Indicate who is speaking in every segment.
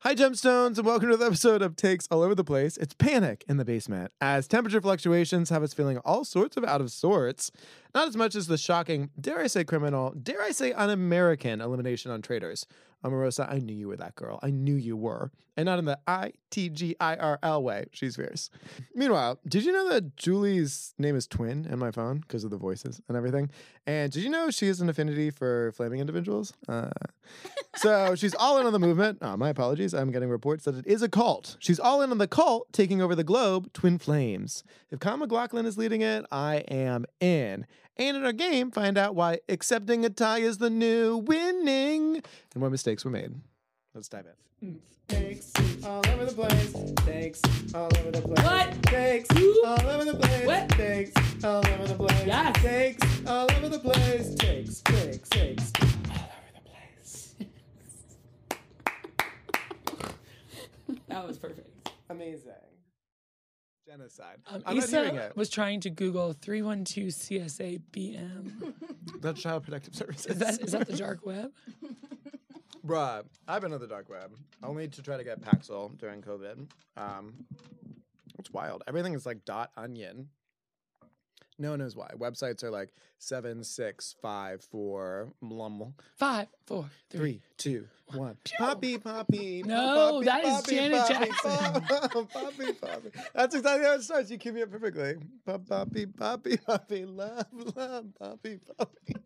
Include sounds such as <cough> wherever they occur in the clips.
Speaker 1: Hi, gemstones, and welcome to the episode of Takes All Over the Place. It's panic in the basement as temperature fluctuations have us feeling all sorts of out of sorts. Not as much as the shocking, dare I say, criminal, dare I say, un American elimination on traitors. Omarosa, I knew you were that girl. I knew you were. And not in the I T G I R L way. She's fierce. Meanwhile, did you know that Julie's name is Twin in my phone because of the voices and everything? And did you know she has an affinity for flaming individuals? Uh, so she's all in on the movement. Oh, my apologies. I'm getting reports that it is a cult. She's all in on the cult taking over the globe, Twin Flames. If Kyle McLaughlin is leading it, I am in. And in our game, find out why accepting a tie is the new winning and what mistakes were made. Let's dive in. Takes all over the place. Takes all over the place.
Speaker 2: What?
Speaker 1: Takes
Speaker 2: Who?
Speaker 1: all over the place.
Speaker 2: What?
Speaker 1: Takes all over the place.
Speaker 2: Yes.
Speaker 1: Takes all over the place. Takes, takes, takes.
Speaker 2: That was perfect.
Speaker 1: Amazing. Genocide.
Speaker 3: Um,
Speaker 1: I'm
Speaker 3: Issa
Speaker 1: not hearing it.
Speaker 3: was trying to Google 312 CSA
Speaker 1: <laughs>
Speaker 3: BM.
Speaker 1: That's Child Protective <laughs> Services.
Speaker 3: Is that, is that the dark web?
Speaker 1: Bruh, I've been on the dark web only to try to get Paxil during COVID. Um, it's wild. Everything is like dot onion. No one knows why. Websites are like seven, six, five, four, blum,
Speaker 3: Five, four, three.
Speaker 1: three, two, one. Poppy, poppy.
Speaker 3: No,
Speaker 1: poppy,
Speaker 3: that is Janet
Speaker 1: poppy, Jackson. <laughs> Poppy, poppy. That's exactly how it starts. You cue me up perfectly. Pop, poppy, poppy, <laughs> poppy, love, love, poppy, poppy.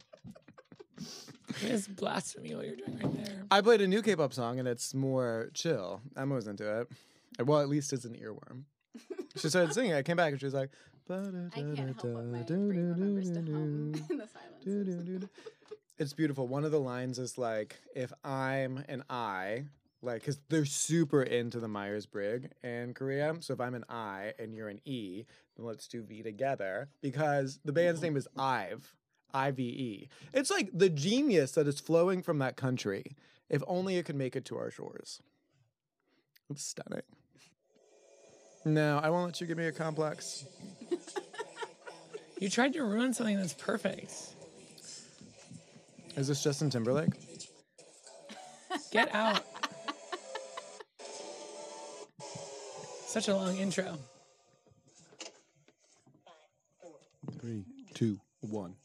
Speaker 3: It's blasphemy what you're doing right there.
Speaker 1: I played a new K-pop song and it's more chill. Emma was into it. Uh, Well, at least it's an earworm. She started singing. I came back and she was like,
Speaker 4: I can't help but my brain remembers to hum <laughs> in the silence.
Speaker 1: <laughs> It's beautiful. One of the lines is like, if I'm an I, like, because they're super into the Myers Briggs in Korea. So if I'm an I and you're an E, then let's do V together because the band's name is IVE, I V E. It's like the genius that is flowing from that country. If only it could make it to our shores. It's stunning. No, I won't let you give me a complex.
Speaker 3: You tried to ruin something that's perfect.
Speaker 1: Is this Justin Timberlake?
Speaker 3: Get
Speaker 1: <laughs>
Speaker 3: out. Such a long intro.
Speaker 1: Three, two, one.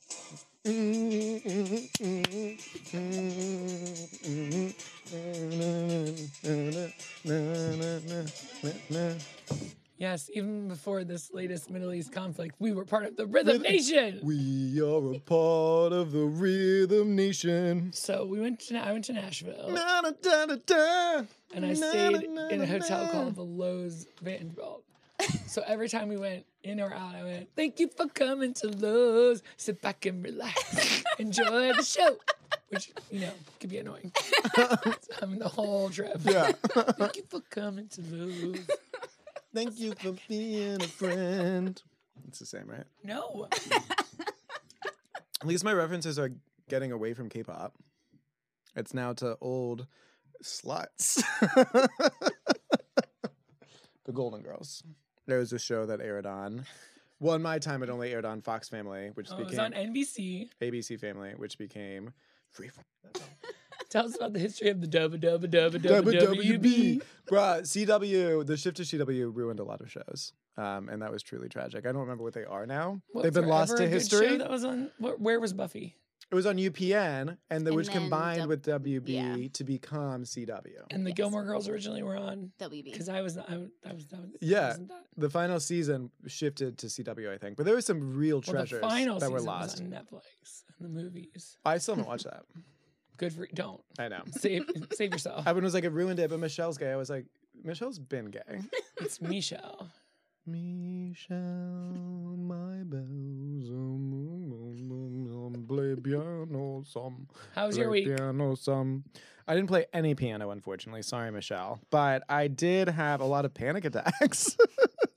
Speaker 3: Yes, even before this latest Middle East conflict, we were part of the Rhythm Nation.
Speaker 1: We are a part of the Rhythm Nation.
Speaker 3: So we went to I went to Nashville
Speaker 1: Na, na, da, da, da.
Speaker 3: and
Speaker 1: Na,
Speaker 3: I stayed
Speaker 1: na, na,
Speaker 3: in a
Speaker 1: na,
Speaker 3: hotel
Speaker 1: na.
Speaker 3: called the Lowe's Vanderbilt. So every time we went in or out, I went, Thank you for coming to Lowe's. Sit back and relax. Enjoy the show. Which, you know, could be annoying. <laughs> I mean, the whole trip.
Speaker 1: Yeah. <laughs>
Speaker 3: Thank you for coming to Lowe's.
Speaker 1: Thank you for being a friend. It's the same, right?
Speaker 3: No.
Speaker 1: At least my references are getting away from K-pop. It's now to old sluts. <laughs> the Golden Girls. There was a show that aired on. Well, in my time, it only aired on Fox Family, which
Speaker 3: Oh, it was
Speaker 1: became
Speaker 3: on NBC.
Speaker 1: ABC Family, which became Freeform.
Speaker 3: Tell us about the history of the Dubba Dubba Dubba Dubba
Speaker 1: WWB.
Speaker 3: WB.
Speaker 1: Bruh, CW, the shift to CW ruined a lot of shows. Um, and that was truly tragic. I don't remember what they are now.
Speaker 3: What,
Speaker 1: They've been lost
Speaker 3: forever
Speaker 1: to
Speaker 3: a good show
Speaker 1: history.
Speaker 3: That was on. What, where was Buffy?
Speaker 1: It was on UPN, and the,
Speaker 4: And
Speaker 1: which
Speaker 4: then
Speaker 1: combined
Speaker 4: dub-
Speaker 1: with WB
Speaker 4: yeah.
Speaker 1: to become CW.
Speaker 3: And the
Speaker 4: Yes.
Speaker 3: Gilmore Girls originally were on.
Speaker 4: WB.
Speaker 3: Because I was not. I, was- that was. That was
Speaker 1: Yeah.
Speaker 3: Wasn't that.
Speaker 1: The final season shifted to CW, I think, but there was some real
Speaker 3: Well, the
Speaker 1: treasures
Speaker 3: final
Speaker 1: that
Speaker 3: season
Speaker 1: were lost.
Speaker 3: was on Netflix and the movies.
Speaker 1: I still haven't watched that.
Speaker 3: Good for you. Don't
Speaker 1: I
Speaker 3: <laughs>
Speaker 1: know.
Speaker 3: save save yourself.
Speaker 1: Everyone was like, "It ruined it," but Michelle's gay. I was like, "Michelle's been
Speaker 4: <laughs>
Speaker 1: gay."
Speaker 3: It's Michelle.
Speaker 1: Michelle, my bells, play piano some.
Speaker 3: How was
Speaker 1: play
Speaker 3: your week?
Speaker 1: Piano some. I didn't play any piano, unfortunately. Sorry, Michelle, but I did have a lot of panic attacks.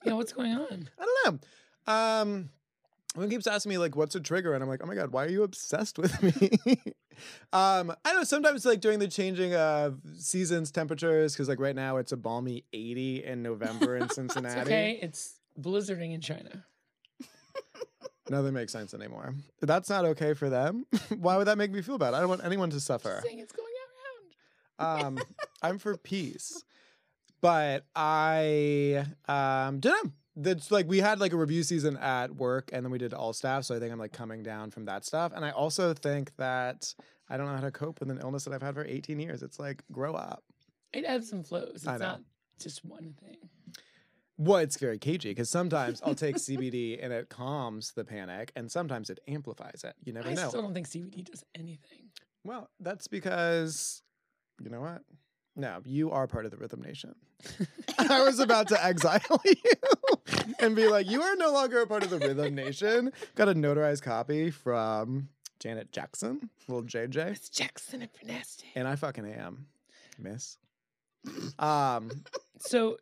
Speaker 3: Yeah, what's going on?
Speaker 1: I don't know. Um, everyone keeps asking me like, "What's a trigger?" And I'm like, "Oh my god, why are you obsessed with me?" <laughs> um, I don't know. Sometimes like during the changing of seasons, temperatures, because like right now it's a balmy 80 in November in Cincinnati.
Speaker 3: Okay, it's blizzarding in China.
Speaker 1: Nothing makes sense anymore. <laughs> That's not okay for them. why would that make me feel bad? I don't want anyone to suffer.
Speaker 3: Saying it's going
Speaker 1: Um,
Speaker 3: around.
Speaker 1: I'm for peace, but I um don't know. That's like we had like a review season at work, and then we did all staff. So I think I'm like coming down from that stuff, and I also think that I don't know how to cope with an illness that I've had for 18 years. It's like grow up.
Speaker 3: It ebbs and flows. It's
Speaker 1: I know.
Speaker 3: not just one thing.
Speaker 1: Well, it's very cagey because sometimes I'll take CBD and it calms the panic, and sometimes it amplifies it. You never
Speaker 3: I
Speaker 1: know.
Speaker 3: still don't think CBD does anything.
Speaker 1: Well, that's because you know what? No, you are part of the Rhythm Nation. I was about to exile <laughs> you and be like, you are no longer a part of the Rhythm Nation. Got a notarized copy from Janet Jackson, little JJ.
Speaker 3: It's Jackson and Nasty.
Speaker 1: And I fucking am, miss. Um, <laughs>
Speaker 3: So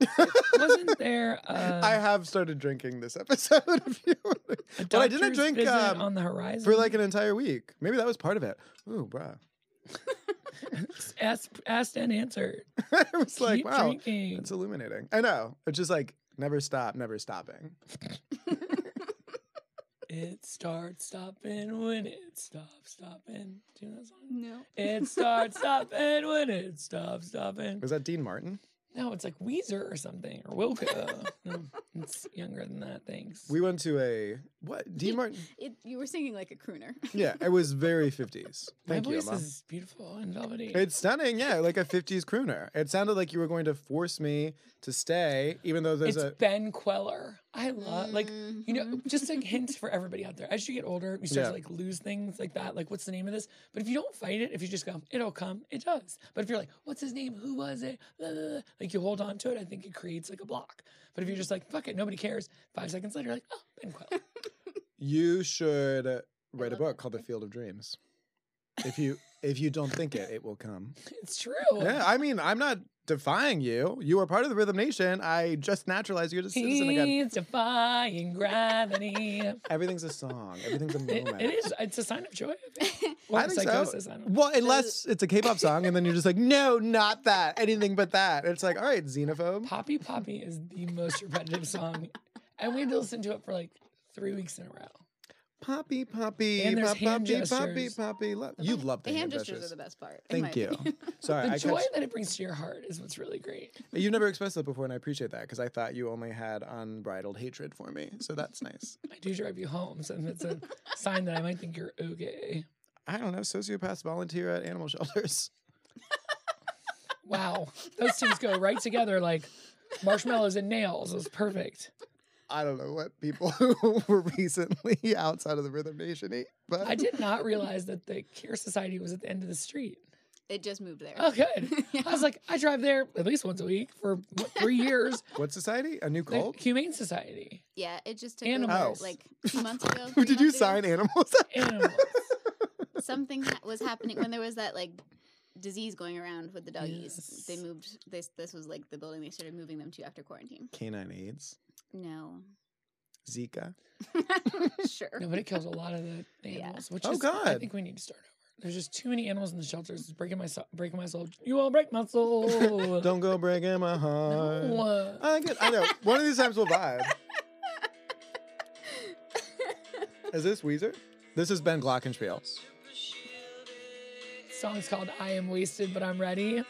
Speaker 3: wasn't there uh,
Speaker 1: I have started drinking this episode. If you want
Speaker 3: a
Speaker 1: but I didn't
Speaker 3: doctor's
Speaker 1: drink,
Speaker 3: visit
Speaker 1: um,
Speaker 3: on the horizon
Speaker 1: for like an entire week. Maybe that was part of it. Ooh, bruh.
Speaker 3: <laughs>
Speaker 1: <laughs>
Speaker 3: asked, asked and answered.
Speaker 1: I was like,
Speaker 3: Keep
Speaker 1: wow,
Speaker 3: drinking.
Speaker 1: it's illuminating. I know. It's just like never stop, never stopping.
Speaker 3: It starts stopping when it stops stopping. Do you know that song?
Speaker 4: No.
Speaker 3: It starts stopping when it stops stopping.
Speaker 1: Was that Dean Martin?
Speaker 3: No, it's like Weezer or something or Wilco. no, it's younger than that. Thanks.
Speaker 1: We went to a what? Dean Martin?
Speaker 4: It, you were singing like a crooner.
Speaker 1: Yeah, it was very 50s.
Speaker 3: <laughs> My
Speaker 1: Thank you,
Speaker 3: voice
Speaker 1: Emma.
Speaker 3: is beautiful and velvety.
Speaker 1: It's stunning, yeah, like a 50s crooner. It sounded like you were going to force me to stay, even though there's
Speaker 3: It's
Speaker 1: a
Speaker 3: Ben Queller. I love like you know
Speaker 4: Mhm.
Speaker 3: just a hint for everybody out there. As you get older, you start
Speaker 1: Yeah.
Speaker 3: to like lose things like that. Like what's the name of this? But if you don't fight it, if you just go, it'll come. It does. But if you're like, what's his name? Who was it? Blah, blah, blah, Like you hold on to it. I think it creates like a block. But if you're just like, fuck it, nobody cares. Five seconds later, you're like, oh, Ben Queller.
Speaker 1: you should write a book
Speaker 4: love that
Speaker 1: called The
Speaker 4: movie.
Speaker 1: Field of Dreams. If you if you don't think it, it will come.
Speaker 3: it's true.
Speaker 1: Yeah, I mean, I'm not defying you. You are part of the Rhythm Nation. I just naturalized you to citizen again.
Speaker 3: He's defying
Speaker 1: <laughs>
Speaker 3: gravity. It-
Speaker 1: Everything's a song. Everything's a moment.
Speaker 3: <laughs> it is. It's a sign of joy. I think. Well,
Speaker 1: I think so.
Speaker 3: psychosis. I don't
Speaker 4: <laughs>
Speaker 3: know.
Speaker 1: Well, unless it's a K-pop song, and then you're just like, no, not that, anything but that. It's like, all right, xenophobe.
Speaker 3: Poppy Poppy is the most repetitive song, and we had to listen to it for like three weeks in a row.
Speaker 1: Poppy, poppy,
Speaker 3: And there's
Speaker 1: pop,
Speaker 3: hand
Speaker 1: poppy, poppy,
Speaker 3: gestures.
Speaker 1: poppy. Lo- you love the,
Speaker 4: The hand
Speaker 1: hand
Speaker 4: gestures
Speaker 1: gestures.
Speaker 4: are the best part. in my
Speaker 1: Thank you.
Speaker 4: <laughs> opinion.
Speaker 1: Sorry,
Speaker 3: The
Speaker 1: I
Speaker 3: joy
Speaker 1: catch,
Speaker 3: that it brings to your heart is what's really great.
Speaker 1: you've never expressed that before, and I appreciate that because I thought you only had unbridled hatred for me. So that's nice.
Speaker 3: I do drive you home, so it's a sign that I might think you're okay.
Speaker 1: <laughs> I don't know. Sociopaths volunteer at animal <laughs> shelters.
Speaker 3: Wow, those things go right together like marshmallows and nails. It was perfect.
Speaker 1: I don't know what people <laughs> who were recently <laughs> outside of the Rhythm Nation eat, but
Speaker 3: I did not realize that the Care Society was at the end of the street.
Speaker 4: It just moved there.
Speaker 1: <laughs>
Speaker 3: Oh, good. I was like, I drive there at least once a week for what, three years.
Speaker 1: what society? A new
Speaker 3: The
Speaker 1: cult?
Speaker 4: <laughs>
Speaker 3: Humane Society.
Speaker 4: Yeah, it just took over,
Speaker 1: Animals.
Speaker 4: like
Speaker 1: <laughs>
Speaker 4: two months ago. three
Speaker 1: Did you
Speaker 4: months ago.
Speaker 1: sign animals?
Speaker 3: Animals.
Speaker 4: Something ha- was happening when there was that like disease going around with the doggies.
Speaker 3: Yes.
Speaker 4: They moved. This this was like the building they started moving them to after quarantine.
Speaker 1: Canine AIDS,
Speaker 4: No,
Speaker 1: Zika.
Speaker 4: <laughs> sure.
Speaker 3: No, but it kills a lot of the
Speaker 4: Yeah.
Speaker 3: animals. Which
Speaker 1: Oh,
Speaker 3: is, I
Speaker 1: God.
Speaker 3: think we need to start over. There's just too many animals in the shelters. It's breaking my soul. Breaking my soul. You all break my soul.
Speaker 1: Don't go breaking my heart.
Speaker 3: No.
Speaker 1: I like it. I know. One of these times we'll
Speaker 4: <laughs>
Speaker 1: vibe. Is this Weezer? This is Ben Glockenspiel.
Speaker 3: song's called I Am Wasted But I'm Ready.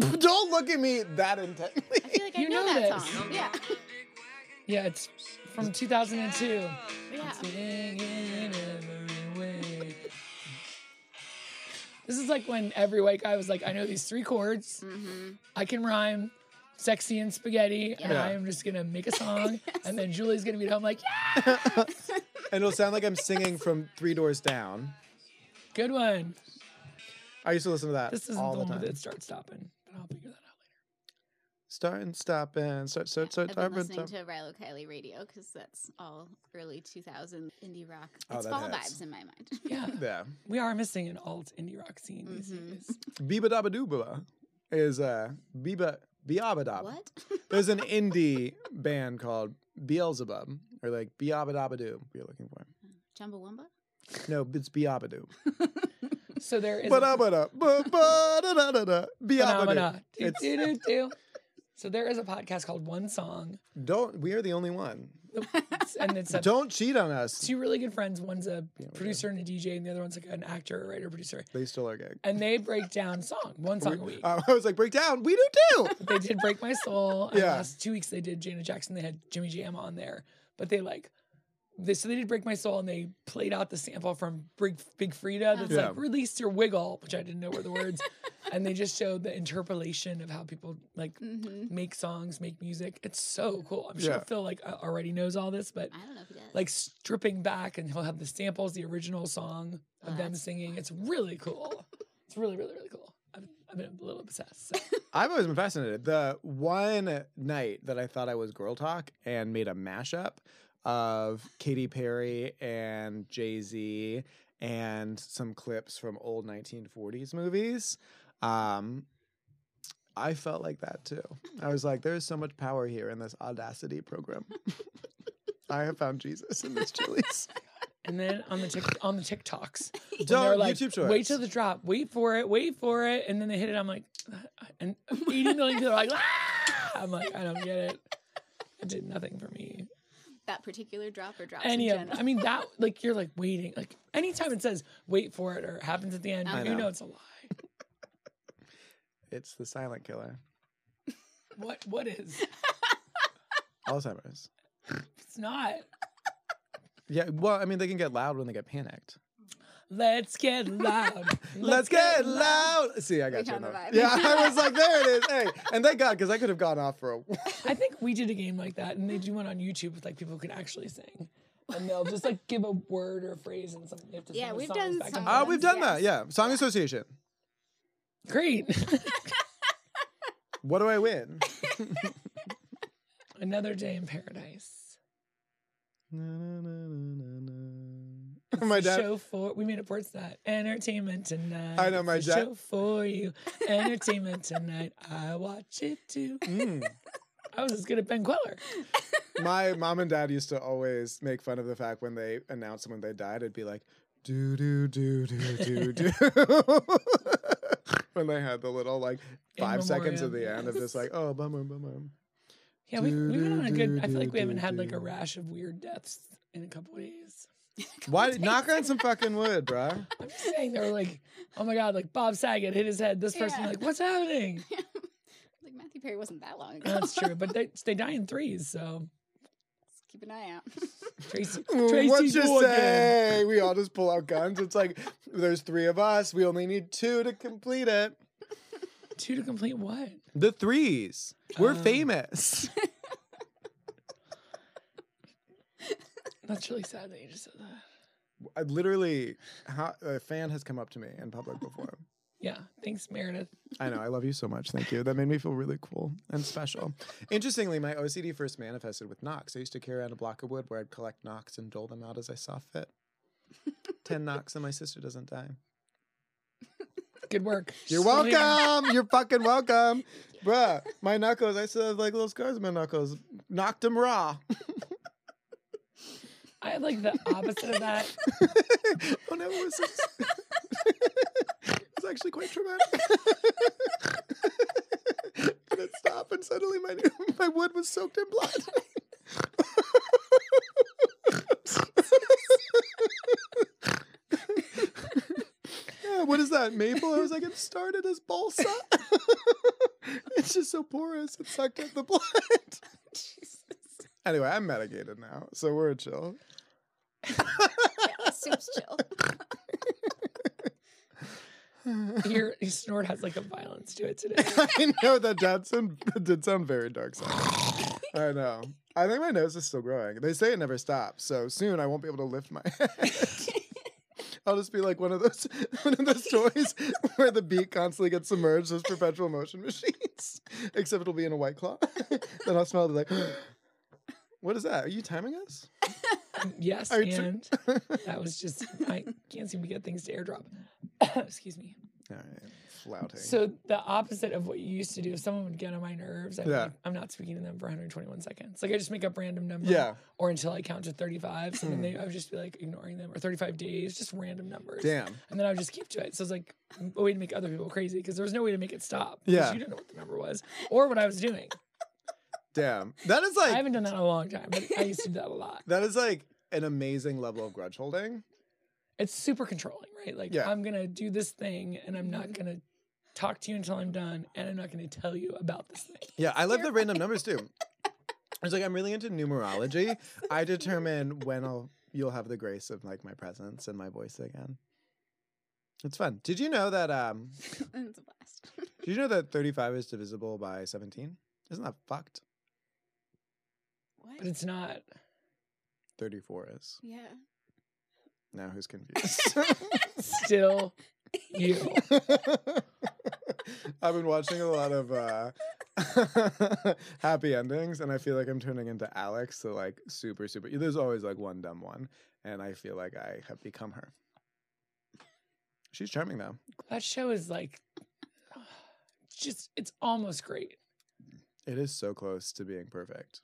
Speaker 1: Don't look at me that
Speaker 4: <laughs>
Speaker 1: intently.
Speaker 4: I feel like
Speaker 3: You
Speaker 4: I know,
Speaker 3: know
Speaker 4: that
Speaker 3: this.
Speaker 4: song. Yeah,
Speaker 3: Yeah, it's from 2002.
Speaker 4: yeah.
Speaker 3: Singing in every way. This is like when every white guy was like, I know these three chords.
Speaker 4: Mm-hmm.
Speaker 3: I can rhyme sexy and spaghetti, and
Speaker 1: Yeah.
Speaker 3: I am just gonna make
Speaker 1: <laughs>
Speaker 3: a song. And then Julie's gonna be at home like, yeah,
Speaker 1: And it'll sound like I'm singing from Three Doors Down.
Speaker 3: good one.
Speaker 1: I used to listen to that
Speaker 3: This isn't
Speaker 1: all
Speaker 3: the
Speaker 1: the,
Speaker 3: one
Speaker 1: time.
Speaker 3: that starts stopping, but I'll figure that out.
Speaker 1: Start and stop and start, start, start,
Speaker 4: I've
Speaker 1: stop
Speaker 4: been
Speaker 1: and
Speaker 4: listening
Speaker 1: stop.
Speaker 4: to Rilo Kiley radio because that's all early 2000 indie rock.
Speaker 1: Oh,
Speaker 4: It's
Speaker 1: that
Speaker 4: fall
Speaker 1: hits.
Speaker 4: vibes in my mind.
Speaker 3: Yeah,
Speaker 1: Yeah.
Speaker 3: we are missing an alt indie rock scene these
Speaker 1: Mm-hmm.
Speaker 4: Mhm.
Speaker 3: days.
Speaker 1: Biba Dabba Dooba is uh, Biba Biaba Dabba.
Speaker 4: <laughs> What?
Speaker 1: There's an indie band called Beelzebub or like Biaba Dabba Doo. We're looking for
Speaker 4: Chumbawamba?
Speaker 1: No, it's Biaba Doo.
Speaker 3: So there is. a-
Speaker 1: Ba-da-ba-da, ba-ba-da-da-da-da,
Speaker 3: Phenomena.
Speaker 1: Biabadoo. <laughs>
Speaker 3: Do,
Speaker 1: It's-
Speaker 3: do, do, do. So there is a podcast called
Speaker 1: <laughs>
Speaker 3: One Song,
Speaker 1: Don't. We are the only one.
Speaker 3: and it's a
Speaker 1: Don't cheat on us.
Speaker 3: two really good friends. One's a
Speaker 1: Yeah, we
Speaker 3: producer and a DJ, and the other one's like an actor, a writer, producer.
Speaker 1: They stole our gig.
Speaker 3: And they break down song, one song a
Speaker 1: We-
Speaker 3: week.
Speaker 1: uh, I was like, break down. We do too.
Speaker 3: They did Break My Soul. and
Speaker 1: Yeah.
Speaker 3: Last two weeks they did Janet Jackson. They had Jimmy Jam on there, but they like. They, so they did Break My Soul and they played out the sample from Big, Big Frida that's
Speaker 1: Yeah.
Speaker 3: like release your wiggle, which I didn't know were the words. and they just showed the interpolation of how people like
Speaker 4: hmm
Speaker 3: make songs, make music. It's so cool. I'm sure
Speaker 1: Yeah.
Speaker 3: Phil like uh, already knows all this, but
Speaker 4: I don't know if he does.
Speaker 3: like stripping back and he'll have the samples, the original song of
Speaker 4: Oh,
Speaker 3: them
Speaker 4: that's
Speaker 3: singing. It's really cool. it's really, really, really cool. I've, I've been a little obsessed. so.
Speaker 1: I've always been fascinated. The one night that I thought I was girl talk and made a mashup of Katy Perry and Jay Z and some clips from old 1940s movies. Um, I felt like that too. I was like, there's so much power here in this audacity program. <laughs> I have found Jesus in this Chili's.
Speaker 3: And then on the tic- on the TikToks, when
Speaker 1: Don't-
Speaker 3: they're like,
Speaker 1: YouTube Shorts.
Speaker 3: Wait till the drop. Wait for it. Wait for it. And then they hit it. I'm like, and 80 million people are like, "Ah!" I'm like, I don't get it. It did nothing for me.
Speaker 4: that particular drop or drops
Speaker 3: Any
Speaker 4: in
Speaker 3: of
Speaker 4: general.
Speaker 3: I mean
Speaker 4: <laughs>
Speaker 3: that like you're like waiting like anytime it says wait for it or happens at the end
Speaker 4: I
Speaker 3: you
Speaker 1: know.
Speaker 3: know it's a lie.
Speaker 1: It's the silent killer.
Speaker 3: What what is?
Speaker 1: Alzheimer's.
Speaker 3: It's not.
Speaker 1: Yeah, well, I mean, they can get loud when they get panicked.
Speaker 3: Let's
Speaker 4: <laughs>
Speaker 3: get loud.
Speaker 1: Let's get loud. See, I got you.
Speaker 4: found
Speaker 1: on
Speaker 4: the
Speaker 1: that.
Speaker 4: vibe.
Speaker 1: Yeah, I was like, there it is. <laughs> Hey, and thank God, because I could have gone off <laughs> for a
Speaker 3: I think we did a game like that, and they do one on YouTube with like people who can actually sing, and they'll just like give a word or a phrase and something. They have to
Speaker 4: Yeah,
Speaker 3: sing the
Speaker 4: we've
Speaker 3: songs
Speaker 4: done
Speaker 3: back and
Speaker 4: some-
Speaker 1: Oh,
Speaker 3: forth.
Speaker 4: Uh,
Speaker 1: we've done that.
Speaker 4: Yes.
Speaker 1: Yeah. Song association.
Speaker 3: Great. <laughs>
Speaker 1: What do I win?
Speaker 3: Another day in paradise.
Speaker 1: <laughs> my dad.
Speaker 3: Show for we made it towards that entertainment tonight.
Speaker 1: I know, my
Speaker 3: It's a
Speaker 1: dad-
Speaker 3: Show for you, entertainment tonight. I watch it too.
Speaker 1: Mm.
Speaker 3: I was as good at Ben Queller.
Speaker 1: <laughs> My mom and dad used to always make fun of the fact when they announced someone they died, it'd be like, do, do, do, do, do, do. <laughs> when they had the little, like,
Speaker 3: In
Speaker 1: five seconds at the
Speaker 3: memoriam,
Speaker 1: end of just
Speaker 3: yes.
Speaker 1: like, oh, bummer, bummer.
Speaker 3: Yeah, we we went on a good. I feel like
Speaker 1: Do-do-do-do-do.
Speaker 3: we haven't had like a rash of weird deaths in a couple days.
Speaker 1: Why? Knock on some fucking wood, bruh.
Speaker 3: I'm just saying they were like, oh my god, like Bob Saget hit his head. This person
Speaker 4: Yeah.
Speaker 3: like, what's happening?
Speaker 4: like Matthew Perry wasn't that long ago.
Speaker 3: That's true, but they they die in threes. So
Speaker 4: Keep an eye out. <laughs>
Speaker 3: Tracy, Tracy
Speaker 1: What you
Speaker 3: Morgan.
Speaker 1: say? We all just pull out guns. It's like there's three of us. We only need two to complete it.
Speaker 3: two to complete what?
Speaker 1: The threes. We're
Speaker 3: Oh.
Speaker 1: famous.
Speaker 3: That's really sad that you just said that.
Speaker 1: I literally, how, a fan has come up to me in public before.
Speaker 3: Yeah, thanks Meredith.
Speaker 1: I know. I love you so much. Thank you. That made me feel really cool and special. Interestingly, my OCD first manifested with knocks. I used to carry around a block of wood where I'd collect knocks and dole them out as I saw fit. Ten knocks and my sister doesn't die.
Speaker 3: Good work.
Speaker 1: You're
Speaker 3: Still here.
Speaker 1: welcome. You're fucking welcome. Bruh, my knuckles, I still have like little scars on my knuckles. Knocked them raw.
Speaker 3: I had like the opposite of that.
Speaker 1: <laughs> oh no, it was <laughs> it's actually quite traumatic. <laughs> and it stopped and suddenly my my wood was soaked in blood. <laughs> yeah, what is that? Maple? I was like, it started as balsa. <laughs> it's just so porous, it sucked up the blood. <laughs>
Speaker 4: Jesus.
Speaker 1: Anyway, I'm medicated now, so we're chill.
Speaker 4: Yeah, <laughs> soup's chill.
Speaker 3: Your, your <laughs> snort has like a violence to
Speaker 1: <laughs>
Speaker 3: it today.
Speaker 1: I know that did sound, that did sound very dark. Side. I know. I think my nose is still growing. They say it never stops, so soon I won't be able to lift my head. <laughs> I'll just be like one of those <laughs> one of those toys <laughs> where the beak constantly gets submerged. Those perpetual motion machines, <laughs> except it'll be in a white claw. <laughs> then I'll smell it like, <gasps> what is that? Are you timing us?
Speaker 3: Yes,
Speaker 1: Are you tr- <laughs>
Speaker 3: and that was just I can't seem to get things to airdrop. <coughs> Excuse me.
Speaker 1: All right, flouting.
Speaker 3: So the opposite of what you used to do, if someone would get on my nerves, I'm,
Speaker 1: Yeah.
Speaker 3: like, I'm not speaking to them for 121 seconds. Like I just make up random numbers.
Speaker 1: yeah,
Speaker 3: Or until I count to 35. So
Speaker 1: Hmm.
Speaker 3: then they, I would just be like ignoring them. Or 35 days, just random numbers.
Speaker 1: damn.
Speaker 3: And then I would just keep to it. So it's like a way to make other people crazy because there was no way to make it stop. 'cause
Speaker 1: Yeah.
Speaker 3: You didn't know what the number was or what I was doing.
Speaker 1: Damn. That is <laughs>
Speaker 3: I
Speaker 1: like
Speaker 3: haven't done that in a long time, but I used to do that a lot.
Speaker 1: that is like an amazing level of grudge holding.
Speaker 3: It's super controlling, right? Like
Speaker 1: Yeah. Mm-hmm.
Speaker 3: I'm gonna do this thing, and I'm not gonna talk to you until I'm done, and I'm not gonna tell you about this thing.
Speaker 1: Yeah, I love the random numbers too. It's like I'm really into numerology. I determine when I'll you'll have the grace of like my presence and my voice again. It's fun. Did you know that um
Speaker 4: it's a blast.
Speaker 1: did you know that 35 is divisible by 17? Isn't that fucked?
Speaker 4: what?
Speaker 3: But it's not.
Speaker 1: 34 is.
Speaker 4: yeah.
Speaker 1: Now who's confused?
Speaker 3: Still,
Speaker 1: <laughs>
Speaker 3: you.
Speaker 1: <laughs> I've been watching a lot of uh, <laughs> happy endings, and I feel like I'm turning into Alex. So like super, super. There's always like one dumb one, and I feel like I have become her. She's charming though.
Speaker 3: That show is like, <sighs> just it's almost great.
Speaker 1: It is so close to being perfect.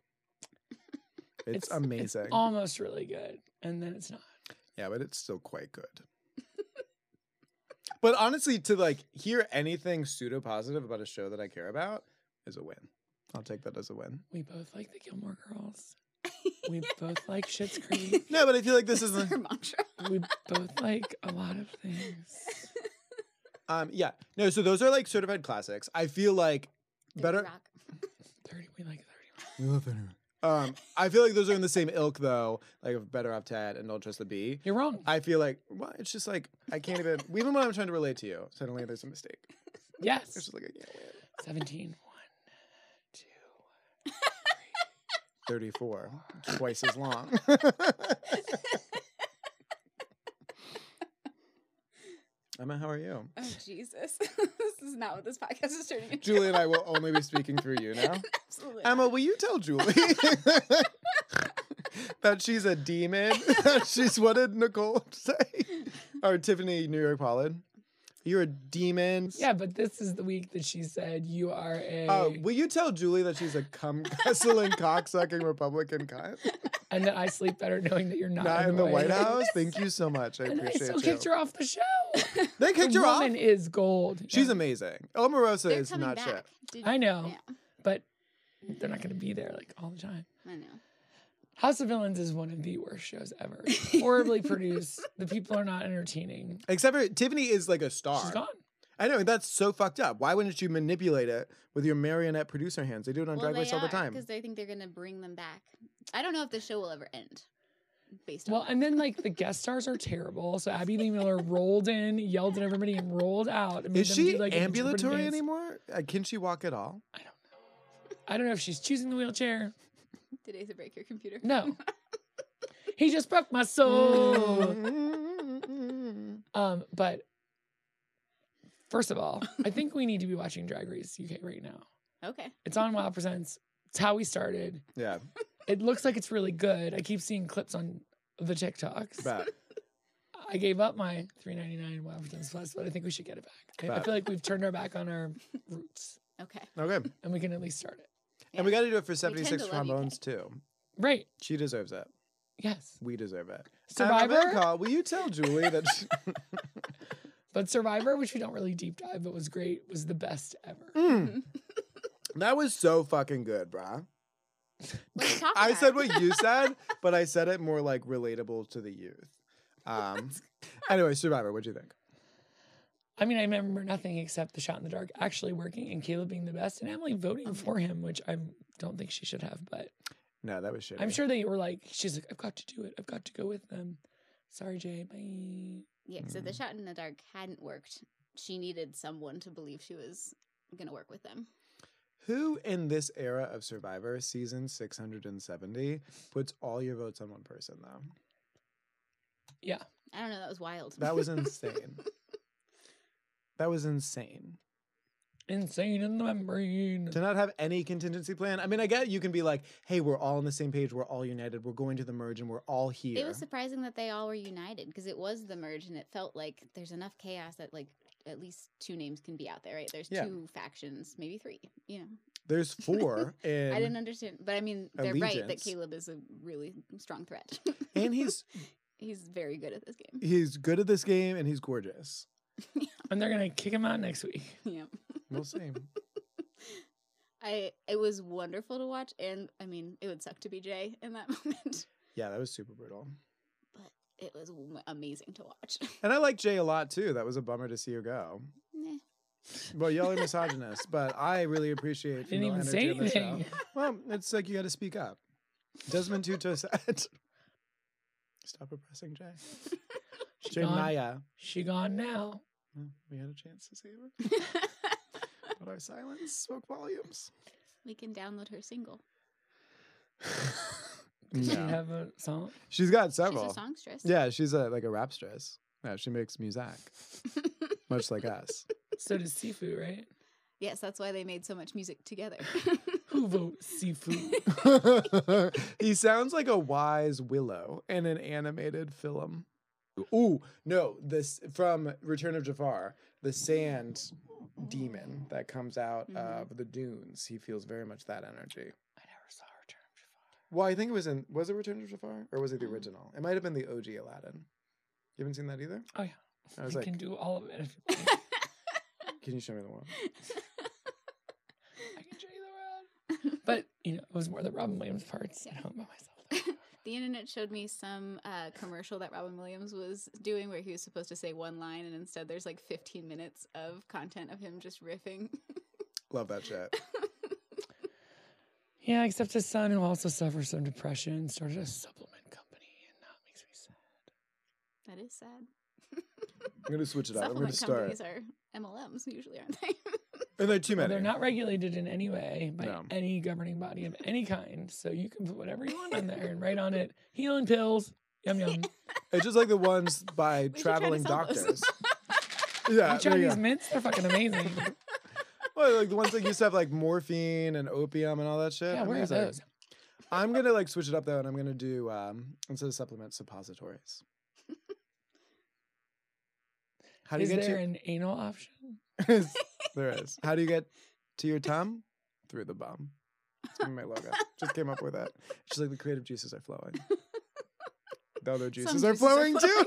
Speaker 1: It's,
Speaker 3: it's
Speaker 1: amazing.
Speaker 3: almost really good, and then it's not.
Speaker 1: yeah, but it's still quite good. but honestly, to like hear anything pseudo positive about a show that I care about is a win. I'll take that as a win.
Speaker 3: We both like the Gilmore
Speaker 1: <laughs>
Speaker 3: Girls. We both like Schitt's Creek.
Speaker 1: No, but I feel like <laughs> this is
Speaker 4: That's
Speaker 1: the
Speaker 4: her mantra.
Speaker 3: We both like a lot of things.
Speaker 1: Um, yeah. No, so those are like certified classics. I feel like
Speaker 4: Dirty
Speaker 1: better.
Speaker 4: Rock.
Speaker 3: Thirty, we like thirty.
Speaker 1: We love that era. Um, I feel like those are in the same ilk though, like of Better Off Ted and Don't Trust the Bee.
Speaker 3: You're wrong.
Speaker 1: I feel like well, it's just like I can't even. Even when I'm trying to relate to you, suddenly there's a mistake. It's
Speaker 3: yes,
Speaker 1: just like I can't win.
Speaker 3: seventeen. One, two.
Speaker 1: Thirty-four, twice as long. Emma, how are you?
Speaker 4: Oh <laughs> Jesus! this is not what this podcast is turning into.
Speaker 1: Julie and I will only be speaking through you now.
Speaker 4: Absolutely.
Speaker 1: Emma, will you tell Julie that she's a demon? <laughs> she's what did Nicole say? Or Tiffany New York Pollard? You're a demon.
Speaker 3: Yeah, but this is the week that she said you are a,
Speaker 1: Uh, will you tell Julie that she's a cum guzzling, cocksucking Republican cunt?
Speaker 3: and that I sleep better knowing that you're not,
Speaker 1: Not in the
Speaker 3: <laughs>
Speaker 1: White House? Thank
Speaker 4: Yes.
Speaker 1: you so much. I
Speaker 3: And I
Speaker 1: appreciate
Speaker 3: still kicked
Speaker 1: you.
Speaker 3: her off
Speaker 1: <laughs>
Speaker 3: the show.
Speaker 1: They
Speaker 3: The
Speaker 1: kicked her off.
Speaker 3: woman is gold.
Speaker 1: She's
Speaker 3: Yeah.
Speaker 1: amazing. Omarosa
Speaker 4: They're
Speaker 1: is
Speaker 4: coming
Speaker 1: not
Speaker 4: back.
Speaker 1: shit.
Speaker 4: Did-
Speaker 3: I know,
Speaker 4: Yeah,
Speaker 3: but they're not going to be there like all the time.
Speaker 4: I know.
Speaker 3: House of Villains is one of the worst shows ever. It's Horribly produced. The people are not entertaining.
Speaker 1: Except for Tiffany is like a star.
Speaker 3: She's gone.
Speaker 1: I know that's so fucked up. Why wouldn't you manipulate it with your marionette producer hands? They do it on Drag Race all the time.
Speaker 4: because they think they're gonna bring them back. I don't know if the show will ever end. Based on
Speaker 3: Well, and then like the guest stars are terrible. So Abby Lee Miller rolled in, yelled at everybody, and rolled out. and made
Speaker 1: Is
Speaker 3: them do,
Speaker 1: she
Speaker 3: like, an interpretive
Speaker 1: ambulatory
Speaker 3: dance.
Speaker 1: anymore? Uh, can she walk at all?
Speaker 3: I don't know if she's choosing the wheelchair.
Speaker 4: did Asa break your computer?
Speaker 3: No. <laughs> he just broke my soul.
Speaker 1: Mm.
Speaker 3: um, but first of all, I think we need to be watching Drag Race UK right now.
Speaker 4: Okay.
Speaker 3: It's on Wild Presents. It's how we started.
Speaker 1: <laughs> yeah,
Speaker 3: It looks like it's really good. I keep seeing clips on the TikToks.
Speaker 1: bet.
Speaker 3: I gave up my three ninety nine Wild Presents Plus, but I think we should get it back. I- I
Speaker 1: Fab.
Speaker 3: feel like we've turned our back on our roots,
Speaker 4: Okay.
Speaker 1: Okay,
Speaker 3: and we can at least start it.
Speaker 1: and we got to do it for
Speaker 4: tend
Speaker 1: seventy
Speaker 4: to
Speaker 1: six
Speaker 4: love you
Speaker 1: trombones too.
Speaker 3: Right?
Speaker 1: She deserves it.
Speaker 3: Yes.
Speaker 1: We deserve it.
Speaker 3: Survivor,
Speaker 1: call. Will you tell Julie that?
Speaker 3: <laughs>
Speaker 1: She- <laughs>
Speaker 3: but Survivor, which we don't really deep dive, but was great, was the best ever.
Speaker 1: Mm. That was so fucking good, bruh.
Speaker 4: What are you talking
Speaker 1: I
Speaker 4: about?
Speaker 1: said what
Speaker 4: <laughs>
Speaker 1: you said, but I said it more like relatable to the youth. Um.
Speaker 4: <laughs>
Speaker 1: anyway, Survivor. What'd you think?
Speaker 3: I mean, I remember nothing except the shot in the dark actually working and Caleb being the best and Emily
Speaker 1: Um,
Speaker 3: voting for him, which I don't think she should have, but
Speaker 1: No, that was shitty.
Speaker 3: I'm sure they were like, she's like, I've got to do it. I've got to go with them. Sorry, Jay. Bye.
Speaker 4: Yeah. So the shot in the dark hadn't worked. She needed someone to believe she was gonna work with them.
Speaker 1: Who in this era of Survivor, season 670, puts all your votes on one person, though?
Speaker 3: Yeah.
Speaker 4: I don't know. That was wild.
Speaker 1: That was insane. that was insane.
Speaker 3: Insane in the membrane.
Speaker 1: To not have any contingency plan. I mean, I get you can be like, hey, we're all on the same page. We're all united. We're going to the merge and we're all here.
Speaker 4: It was surprising that they all were united because it was the merge, and it felt like there's enough chaos that like at least two names can be out there, right? There's
Speaker 1: Yeah.
Speaker 4: two factions, maybe three. You know,
Speaker 1: There's four. And,
Speaker 4: <laughs> I didn't understand, but I mean, they're right that
Speaker 1: Allegiance.
Speaker 4: Caleb is a really strong threat.
Speaker 1: <laughs> and he's
Speaker 4: he's very good at this game.
Speaker 1: he's good at this game and he's gorgeous.
Speaker 4: <laughs>
Speaker 3: And they're going to kick him out next week.
Speaker 4: Yeah,
Speaker 1: We'll see.
Speaker 4: I it was wonderful to watch, and I mean, it would suck to be Jay in that <laughs> moment,
Speaker 1: Yeah, that was super brutal.
Speaker 4: but it was w- amazing to watch.
Speaker 1: And I like Jay a lot too. That was a bummer to see her go.
Speaker 4: <laughs> <laughs> Nah.
Speaker 1: <laughs> Well, y'all are misogynists, but I really appreciate
Speaker 3: Didn't
Speaker 1: female
Speaker 3: even say
Speaker 1: energy in the
Speaker 3: anything.
Speaker 1: show. Well, it's like you got to speak up. Desmond Tutu said, "Stop oppressing
Speaker 3: <laughs>
Speaker 1: Jay." Jay
Speaker 3: gone.
Speaker 1: Maya.
Speaker 3: She gone now.
Speaker 1: Well, We had a chance to save her, but our silence spoke volumes.
Speaker 4: we can download her single.
Speaker 3: Does she
Speaker 1: No.
Speaker 3: have a song?
Speaker 1: She's got several.
Speaker 4: She's a songstress. <laughs>
Speaker 1: Yeah, she's a like a rapstress. Yeah, she makes music, much like us.
Speaker 3: So does Sifu, right?
Speaker 4: yes, that's why they made so much music <laughs> together.
Speaker 3: Who votes Sifu?
Speaker 1: <laughs> he sounds like a wise willow in an animated film. Ooh, no, this from Return of Jafar, the sand <laughs> demon that comes out
Speaker 4: Mhm.
Speaker 1: of the dunes. He feels very much that energy.
Speaker 3: I never saw her term before.
Speaker 1: Well, I think it was in was it Return of Jafar or was it the
Speaker 4: Um.
Speaker 1: original? It might have been the OG Aladdin. You haven't seen that either?
Speaker 3: Oh, yeah.
Speaker 1: I was
Speaker 3: I
Speaker 1: like,
Speaker 3: can
Speaker 1: can,
Speaker 3: do all of it. If you want.
Speaker 1: you show me the one?
Speaker 3: I can show you the world. But, you know, it was more the Robin Williams parts at home by myself. though.
Speaker 4: the internet showed me some uh, commercial that Robin Williams was doing where he was supposed to say one line, and instead there's like 15 minutes of content of him just riffing. <laughs>
Speaker 1: Love that shit.
Speaker 3: Yeah, except his son, who also suffers from depression, started a supplement company, and that makes me sad.
Speaker 4: that is sad.
Speaker 1: I'm gonna switch it up. I'm gonna
Speaker 4: Supplement
Speaker 1: start.
Speaker 4: companies are MLMs usually, aren't they?
Speaker 1: And there are too
Speaker 3: Well,
Speaker 1: many.
Speaker 3: they're not regulated in any way by
Speaker 1: No.
Speaker 3: any governing body of any kind, so you can put whatever you want on there and write on it healing pills. Yum
Speaker 1: Uh,
Speaker 3: yum.
Speaker 1: It's just like the <laughs> ones by
Speaker 4: should try to
Speaker 1: traveling
Speaker 4: sell
Speaker 1: <laughs>
Speaker 4: those.
Speaker 1: doctors. yeah,
Speaker 3: you try
Speaker 1: there you
Speaker 3: these
Speaker 1: go.
Speaker 3: mints; they're
Speaker 1: <laughs>
Speaker 3: fucking amazing.
Speaker 1: Well, like the ones that used to have like morphine and opium and all that shit.
Speaker 3: yeah, where are
Speaker 1: Amazing.
Speaker 3: those?
Speaker 1: I'm gonna like switch it up though, and I'm gonna do um instead of supplements,
Speaker 3: <laughs>
Speaker 1: suppositories. How do
Speaker 3: Is
Speaker 1: you get
Speaker 3: there
Speaker 1: to
Speaker 3: an anal option?
Speaker 1: your <laughs> there is? How do you get to your tum? Through the bum. It's gonna be my logo. Just came up with that. It's just like the creative juices are
Speaker 3: <laughs>
Speaker 1: flowing. The other juices,
Speaker 4: juices
Speaker 1: are,
Speaker 4: are
Speaker 1: flowing
Speaker 4: flowing.
Speaker 1: too.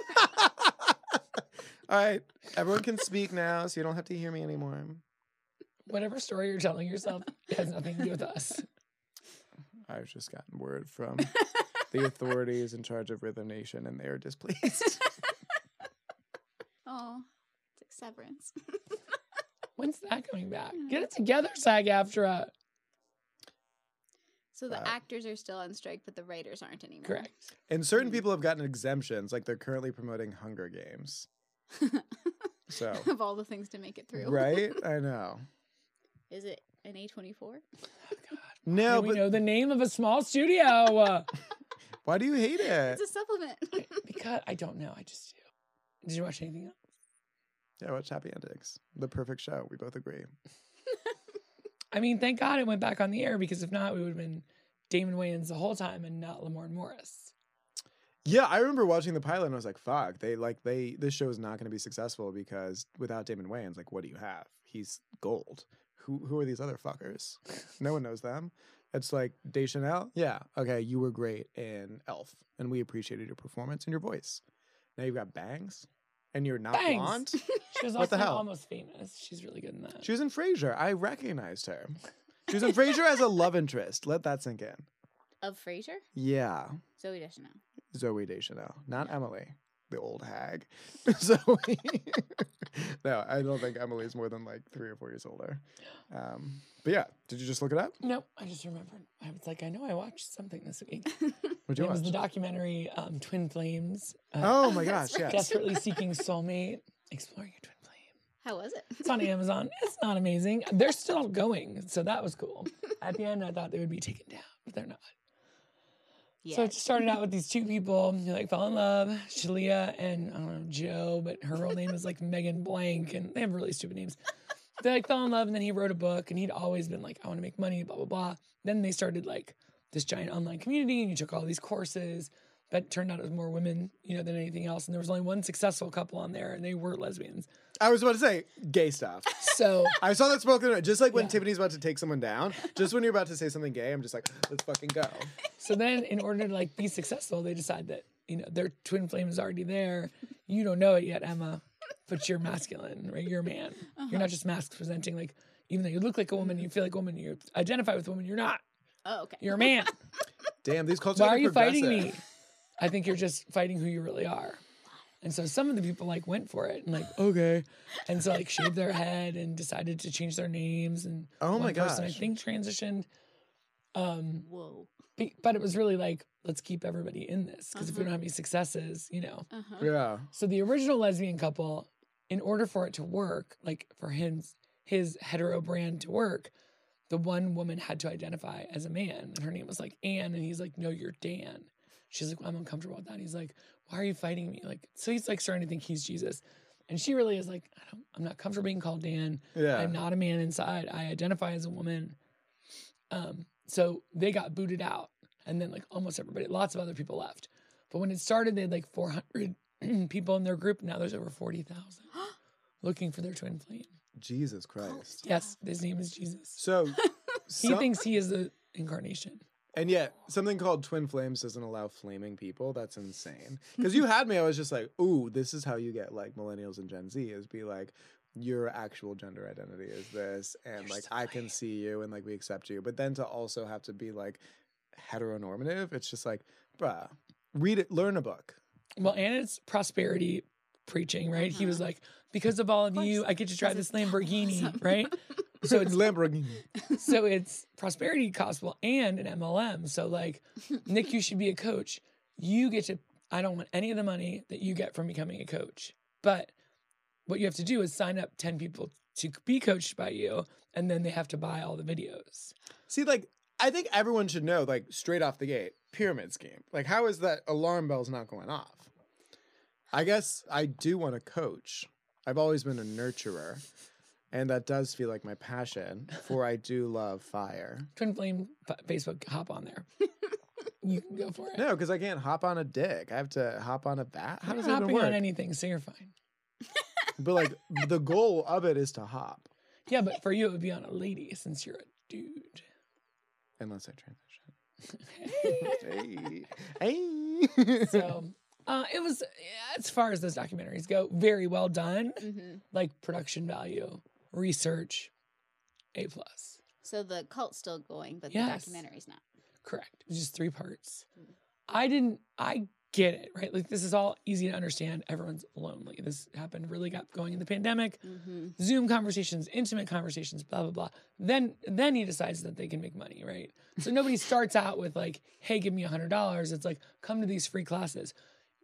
Speaker 1: <laughs> all right. Everyone can speak now, so you don't have to hear me anymore.
Speaker 3: Whatever story you're telling yourself has nothing to do with us.
Speaker 1: I've just gotten word from the authorities in charge of Rhythm Nation, and they are displeased.
Speaker 4: oh, it's like severance. <laughs>
Speaker 3: When's that coming back? Get it together, SAG AFTRA.
Speaker 4: So the
Speaker 1: Wow.
Speaker 4: actors are still on strike, but the writers aren't anymore.
Speaker 3: Correct.
Speaker 1: and certain people have gotten exemptions, like they're currently promoting Hunger Games. So,
Speaker 4: <laughs> of all the things to make it through.
Speaker 1: right? I know.
Speaker 4: Is it an A24?
Speaker 1: No,
Speaker 3: And we
Speaker 1: but
Speaker 3: know the name of a
Speaker 1: <laughs>
Speaker 3: small studio.
Speaker 1: why do you hate it?
Speaker 4: It's a supplement. <laughs>
Speaker 3: because I don't know. I just do. Did you watch anything else?
Speaker 1: Yeah, watch Happy Endings. The perfect show. We both agree.
Speaker 3: I mean, thank God it went back on the air because if not, we would have been Damon Wayans the whole time and not Lamorne Morris.
Speaker 1: Yeah, I remember watching the pilot and I was like, fuck, they like they this show is not gonna be successful because without Damon Wayans, like what do you have? He's gold. Who who are these other fuckers? No one knows them. It's like Deschanel. Yeah, okay, you were great in Elf, and we appreciated your performance and your voice. Now you've got bangs and you're not
Speaker 3: Bangs!
Speaker 1: blonde.
Speaker 3: She was
Speaker 1: What the
Speaker 3: also in
Speaker 1: hell?
Speaker 3: almost famous. She's really good in that.
Speaker 1: She was in Frasier. I recognized her. She was in Frasier as a love interest. Let that sink in.
Speaker 4: of Frasier?
Speaker 1: Yeah.
Speaker 4: Zoe Deschanel.
Speaker 1: Zoe Deschanel, not Emily, the old hag. <laughs> Zoe. no, I don't think Emily's more than like three or four years older. Um, but yeah, did you just look it up?
Speaker 3: Nope, I just remembered. I was like, I know I watched something this week.
Speaker 1: Would you
Speaker 3: It was
Speaker 1: watch?
Speaker 3: the documentary um, Twin Flames. Uh, <laughs>
Speaker 1: Oh my gosh,
Speaker 4: That's right.
Speaker 1: yes.
Speaker 3: Desperately seeking soulmate, exploring your twin flame.
Speaker 4: How was it? <laughs>
Speaker 3: It's on Amazon. It's not amazing. They're still going, so that was cool. At the end, I thought they would be taken down, but they're not. So it
Speaker 4: Yes.
Speaker 3: just started out with these two people who like fell in love, Shalia and I don't know Joe, but her real name is like Megan Blank, and they have really stupid names. They like fell in love, and then he wrote a book, and he'd always been like, I want to make money, blah blah blah. Then they started like this giant online community, and he took all these courses. But it turned out it was more women, you know, than anything else. And there was only one successful couple on there, and they were lesbians.
Speaker 1: I was about to say gay stuff.
Speaker 3: So
Speaker 1: I saw that spoken word, just like when
Speaker 3: Yeah.
Speaker 1: Tiffany's about to take someone down. Just when you're about to say something gay, I'm just like, let's fucking go.
Speaker 3: So then, in order to like be successful, they decide that you know their twin flame is already there. You don't know it yet, Emma, but you're masculine, right? You're a man. You're not just mask presenting. Like even though you look like a woman, you feel like a woman, you identify with a woman, you're not.
Speaker 4: Oh, okay.
Speaker 3: You're a man.
Speaker 1: Damn, these cultures
Speaker 3: Why
Speaker 1: are
Speaker 3: are you fighting me?
Speaker 1: progressive.
Speaker 3: I think you're just fighting who you really are. And so some of the people like went for it and like, okay. And so like shaved their head and decided to change their names and
Speaker 1: Oh my
Speaker 3: one person, I
Speaker 1: gosh.
Speaker 3: think transitioned. Um,
Speaker 4: Whoa.
Speaker 3: but, but it was really like, let's keep everybody in this because if we
Speaker 4: Uh-huh.
Speaker 3: don't have any successes, you know.
Speaker 4: Uh huh.
Speaker 1: Yeah.
Speaker 3: So the original lesbian couple, in order for it to work, like for him, his hetero brand to work, the one woman had to identify as a man, and her name was like Anne, and he's like, "No, you're Dan." She's like, well, "I'm uncomfortable with that." He's like, "Why are you fighting me?" Like, so he's like starting to think he's Jesus, and she really is like, "I don't, I'm not comfortable being called Dan.
Speaker 1: Yeah.
Speaker 3: I'm not a man inside. I identify as a woman." Um, so they got booted out, and then like almost everybody, lots of other people left. But when it started, they had like 400 <clears throat> people in their group. Now there's over 40,000 looking for their twin flame.
Speaker 1: Jesus Christ.
Speaker 3: Oh, Yes, his name is Jesus.
Speaker 1: So
Speaker 3: <laughs> He
Speaker 1: some-
Speaker 3: thinks he is the incarnation.
Speaker 1: And yet, something called twin flames doesn't allow flaming people. That's insane. Because you had me, I was just like, ooh, this is how you get like millennials and Gen Z is be like, your actual gender identity is this, and
Speaker 3: You're
Speaker 1: like
Speaker 3: so
Speaker 1: I can
Speaker 3: lame.
Speaker 1: see you, and like we accept you. But then to also have to be like heteronormative, it's just like, bruh, read it, learn a book.
Speaker 3: Well, and it's prosperity preaching, right? He was like, because of all of,
Speaker 4: course,
Speaker 3: you, I get to drive this
Speaker 4: because
Speaker 3: Lamborghini,
Speaker 4: capitalism.
Speaker 3: right? So it's
Speaker 1: Lamborghini.
Speaker 3: so it's prosperity gospel and an MLM. So like, Nick, you should be a coach. You get to. I don't want any of the money that you get from becoming a coach. But what you have to do is sign up ten people to be coached by you, and then they have to buy all the videos.
Speaker 1: See, like, I think everyone should know, like, straight off the gate, pyramid scheme. Like, how is that alarm bell's not going off? I guess I do want to coach. I've always been a nurturer, and that does feel like my passion, for I do love fire.
Speaker 3: Twin Flame F- Facebook, hop on there. you can go for it.
Speaker 1: No, because I can't hop on a dick. I have to hop on a bat. How
Speaker 3: You're
Speaker 1: does
Speaker 3: not
Speaker 1: that even
Speaker 3: hopping
Speaker 1: work?
Speaker 3: on anything, so you're fine.
Speaker 1: but, like, the goal of it is to hop,
Speaker 3: Yeah, but for you, it would be on a lady since you're a dude.
Speaker 1: unless I
Speaker 3: <laughs>
Speaker 1: transition. hey. Hey. <laughs>
Speaker 3: So uh, it was, yeah, as far as those documentaries go, very well done.
Speaker 4: hmm
Speaker 3: like production value, research, A plus.
Speaker 4: So the cult's still going, but
Speaker 3: Yes.
Speaker 4: the documentary's not.
Speaker 3: Correct. It was just three parts. I didn't I get it, right? Like this is all easy to understand. Everyone's lonely. This happened really got going in the pandemic.
Speaker 4: Mm-hmm.
Speaker 3: Zoom conversations, intimate conversations, blah blah blah. Then then he decides that they can make money, right? So nobody starts out with like, "Hey, give me a hundred dollars." It's like, "Come to these free classes.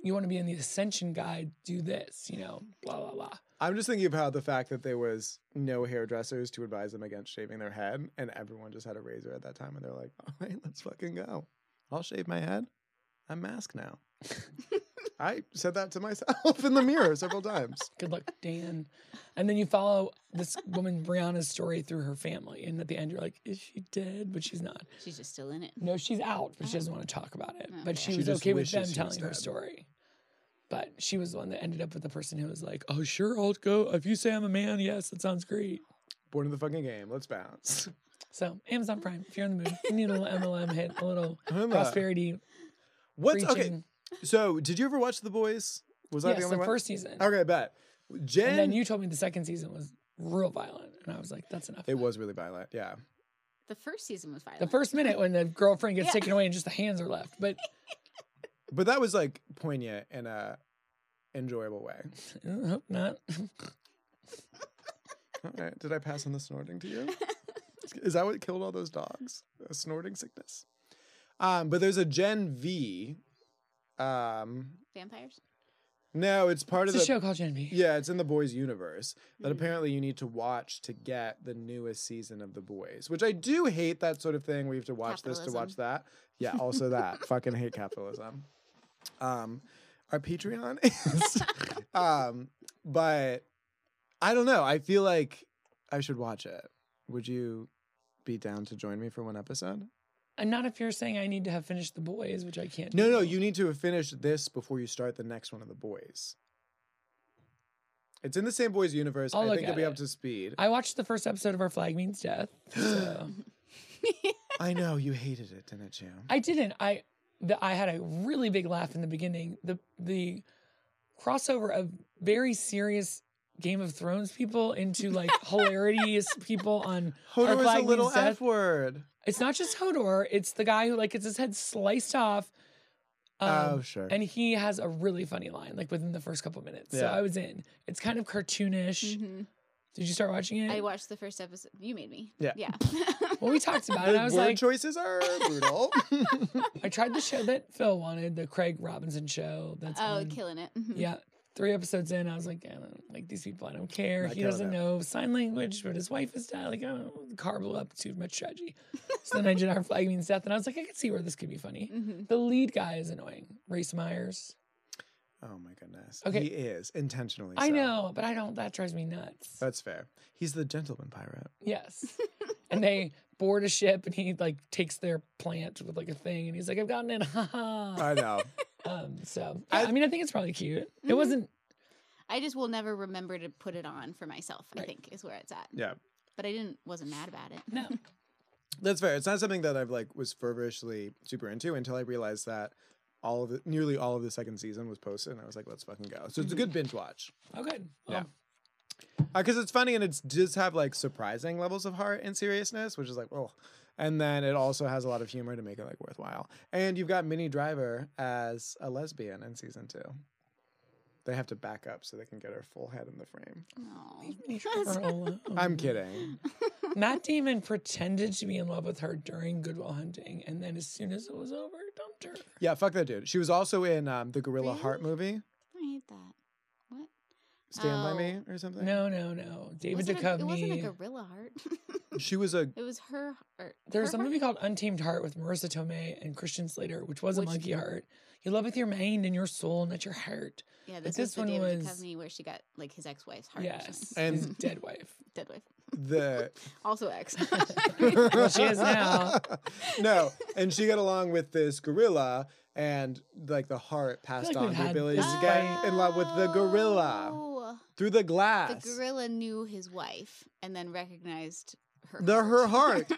Speaker 3: You want to be in the ascension guide? Do this." You know, blah blah blah.
Speaker 1: I'm just thinking about the fact that there was no hairdressers to advise them against shaving their head, and everyone just had a razor at that time, and they're like, "All right, let's fucking go. I'll shave my head. I'm masked
Speaker 3: <laughs>
Speaker 1: now." I said that to myself in the mirror several times.
Speaker 3: Good luck, Dan. And then you follow this woman Brianna's story through her family, and at the end you're like, "Is she dead?" But she's not.
Speaker 4: She's just still in it.
Speaker 3: No, she's out, but she doesn't want to talk about it. But she
Speaker 1: She
Speaker 3: was
Speaker 1: just
Speaker 3: okay with them
Speaker 1: wishes she was
Speaker 3: telling her
Speaker 1: dead.
Speaker 3: story. But she was the one that ended up with the person who was like, "Oh, sure, I'll go. If you say I'm a man, yes, that sounds great."
Speaker 1: Born in the fucking game. Let's bounce.
Speaker 3: So Amazon Prime, if you're in the mood, you need a little MLM hit, a little
Speaker 1: Emma,
Speaker 3: <laughs> prosperity
Speaker 1: What's okay?
Speaker 3: preaching.
Speaker 1: So, did you ever watch The Boys? Was that
Speaker 3: Yes,
Speaker 1: the
Speaker 3: the,
Speaker 1: only one?
Speaker 3: first season,
Speaker 1: Okay, bet. Jen.
Speaker 3: and then you told me the second season was real violent, and I was like, "That's enough."
Speaker 1: it was really violent. Yeah.
Speaker 4: The first season was violent.
Speaker 3: The first minute when the girlfriend gets
Speaker 4: Yeah.
Speaker 3: taken away and just the hands are left, but
Speaker 1: But that was like poignant in a enjoyable way.
Speaker 3: Uh, hope not.
Speaker 1: All right. Did I pass on the snorting to you? Is that what killed all those dogs? A snorting sickness. Um, but there's a Gen V. Um,
Speaker 4: Vampires?
Speaker 1: no, it's part of
Speaker 3: It's a
Speaker 1: the
Speaker 3: show called Gen V.
Speaker 1: yeah, it's in the boys universe that
Speaker 4: Mm.
Speaker 1: apparently you need to watch to get the newest season of the boys, which I do hate that sort of thing where you have to watch this to watch that. Yeah, also that. Fucking hate capitalism. Um, our Patreon is, um, but I don't know. I feel like I should watch it. Would you be down to join me for one episode?
Speaker 3: And not if you're saying I need to have finished the boys, which I can't.
Speaker 1: No,
Speaker 3: do.
Speaker 1: no, you need to have finished this before you start the next one of the boys. It's in the same boys universe.
Speaker 3: I'll
Speaker 1: I
Speaker 3: look
Speaker 1: think you'll
Speaker 3: at
Speaker 1: be up
Speaker 3: it.
Speaker 1: to speed.
Speaker 3: I watched the first episode of Our Flag Means Death.
Speaker 1: <gasps>
Speaker 3: so-
Speaker 1: I know you hated it, didn't you?
Speaker 3: I didn't. I the, I had a really big laugh in the beginning. The the crossover of very serious Game of Thrones people into like hilarious people on. Our
Speaker 1: Hodor is a
Speaker 3: flag means
Speaker 1: little
Speaker 3: death.
Speaker 1: F word.
Speaker 3: It's not just Hodor. It's the guy who like gets his head sliced off. Um,
Speaker 1: oh, sure.
Speaker 3: And he has a really funny line, like within the first couple minutes. So
Speaker 1: Yeah.
Speaker 3: I was in. It's kind of cartoonish.
Speaker 4: Mhm.
Speaker 3: Did you start watching it?
Speaker 4: I watched the first episode. You made me.
Speaker 1: Yeah.
Speaker 4: Yeah.
Speaker 3: <laughs> well, we talked about
Speaker 1: <laughs>
Speaker 3: it.
Speaker 1: the
Speaker 3: I was
Speaker 1: word
Speaker 3: like,
Speaker 1: choices
Speaker 3: <laughs>
Speaker 1: are brutal.
Speaker 3: I tried the show that Phil wanted, the Craig Robinson show. That's
Speaker 4: <laughs> oh,
Speaker 3: on-
Speaker 4: killing it. Mhm.
Speaker 3: yeah. Three episodes in, I was like, I don't like these people. I don't care.
Speaker 1: Not
Speaker 3: he
Speaker 1: killing
Speaker 3: doesn't
Speaker 1: it.
Speaker 3: know sign language, but his wife is dead. Like, oh, the car blew up. Too much tragedy. so then I did our flag means death, and I was like, I can see where this could be funny.
Speaker 4: Mhm.
Speaker 3: The lead guy is annoying, Race Myers.
Speaker 1: oh my goodness.
Speaker 3: Okay.
Speaker 1: He is intentionally.
Speaker 3: I
Speaker 1: so.
Speaker 3: know, but I don't. That drives me nuts.
Speaker 1: That's fair. He's the gentleman pirate.
Speaker 4: <laughs>
Speaker 3: Yes. and they board a ship and he like takes their plant with like a thing and he's like, I've gotten <laughs> it. Ha ha.
Speaker 1: I
Speaker 3: <laughs>
Speaker 1: know.
Speaker 3: um, so yeah,
Speaker 1: I-
Speaker 3: I, mean I think it's probably cute. It
Speaker 4: Mhm.
Speaker 3: wasn't
Speaker 4: I just will never remember to put it on for myself. I
Speaker 3: Right.
Speaker 4: think is where it's at.
Speaker 1: Yeah.
Speaker 4: But I didn't. Wasn't mad
Speaker 3: <laughs>
Speaker 4: about it.
Speaker 3: no.
Speaker 1: That's fair. It's not something that I've like was feverishly super into until I realized that all of the nearly all of the second season was posted, and I was like, "Let's fucking go!" So
Speaker 3: Mm-hmm.
Speaker 1: it's a good binge watch
Speaker 3: Oh good.
Speaker 1: Yeah.
Speaker 3: Well,
Speaker 1: because Uh, it's funny and it's does have like surprising levels of heart and seriousness, which is like, oh, and then it also has a lot of humor to make it like worthwhile. And you've got Minnie Driver as a lesbian in season two. They have to back up so they can get her full head in the frame.
Speaker 4: Aw. <laughs>
Speaker 3: leave her alone.
Speaker 1: I'm kidding.
Speaker 3: Matt Damon pretended to be in love with her during Goodwill Hunting, and then as soon as it was over, dumped her.
Speaker 1: Yeah, fuck that dude. She was also in um, the Gorilla
Speaker 4: Really?
Speaker 1: Heart movie,
Speaker 4: I hate that. What?
Speaker 1: Stand
Speaker 4: Oh.
Speaker 1: by Me or something.
Speaker 3: No, no, no. David
Speaker 4: Wasn't a- It wasn't a
Speaker 3: Duchovny.
Speaker 4: gorilla heart. <laughs>
Speaker 1: she was a
Speaker 4: it was her heart.
Speaker 3: There's
Speaker 4: her
Speaker 3: a movie called Untamed Heart with Marissa Tomei and Christian Slater, which was
Speaker 4: Which-
Speaker 3: a monkey heart. You love with your mind and your soul, not your heart.
Speaker 4: Yeah, this,
Speaker 3: this
Speaker 4: was the
Speaker 3: one
Speaker 4: David
Speaker 3: was-
Speaker 4: Duchovny where she got like his ex-wife's heart. or
Speaker 3: Yes,
Speaker 4: something.
Speaker 1: And-
Speaker 3: his dead wife.
Speaker 4: dead wife.
Speaker 1: the
Speaker 3: <laughs>
Speaker 4: Also ex. <laughs>
Speaker 3: she is now.
Speaker 1: <laughs> no, and she got along with this gorilla, and like the heart passed
Speaker 3: like
Speaker 1: on
Speaker 3: we've
Speaker 1: the
Speaker 3: had
Speaker 1: ability
Speaker 3: this
Speaker 1: to get
Speaker 3: fight.
Speaker 1: in love with the gorilla
Speaker 4: Oh.
Speaker 1: through the
Speaker 4: The
Speaker 1: glass,
Speaker 4: gorilla knew his wife and then recognized her.
Speaker 1: the
Speaker 4: <laughs>
Speaker 1: her heart.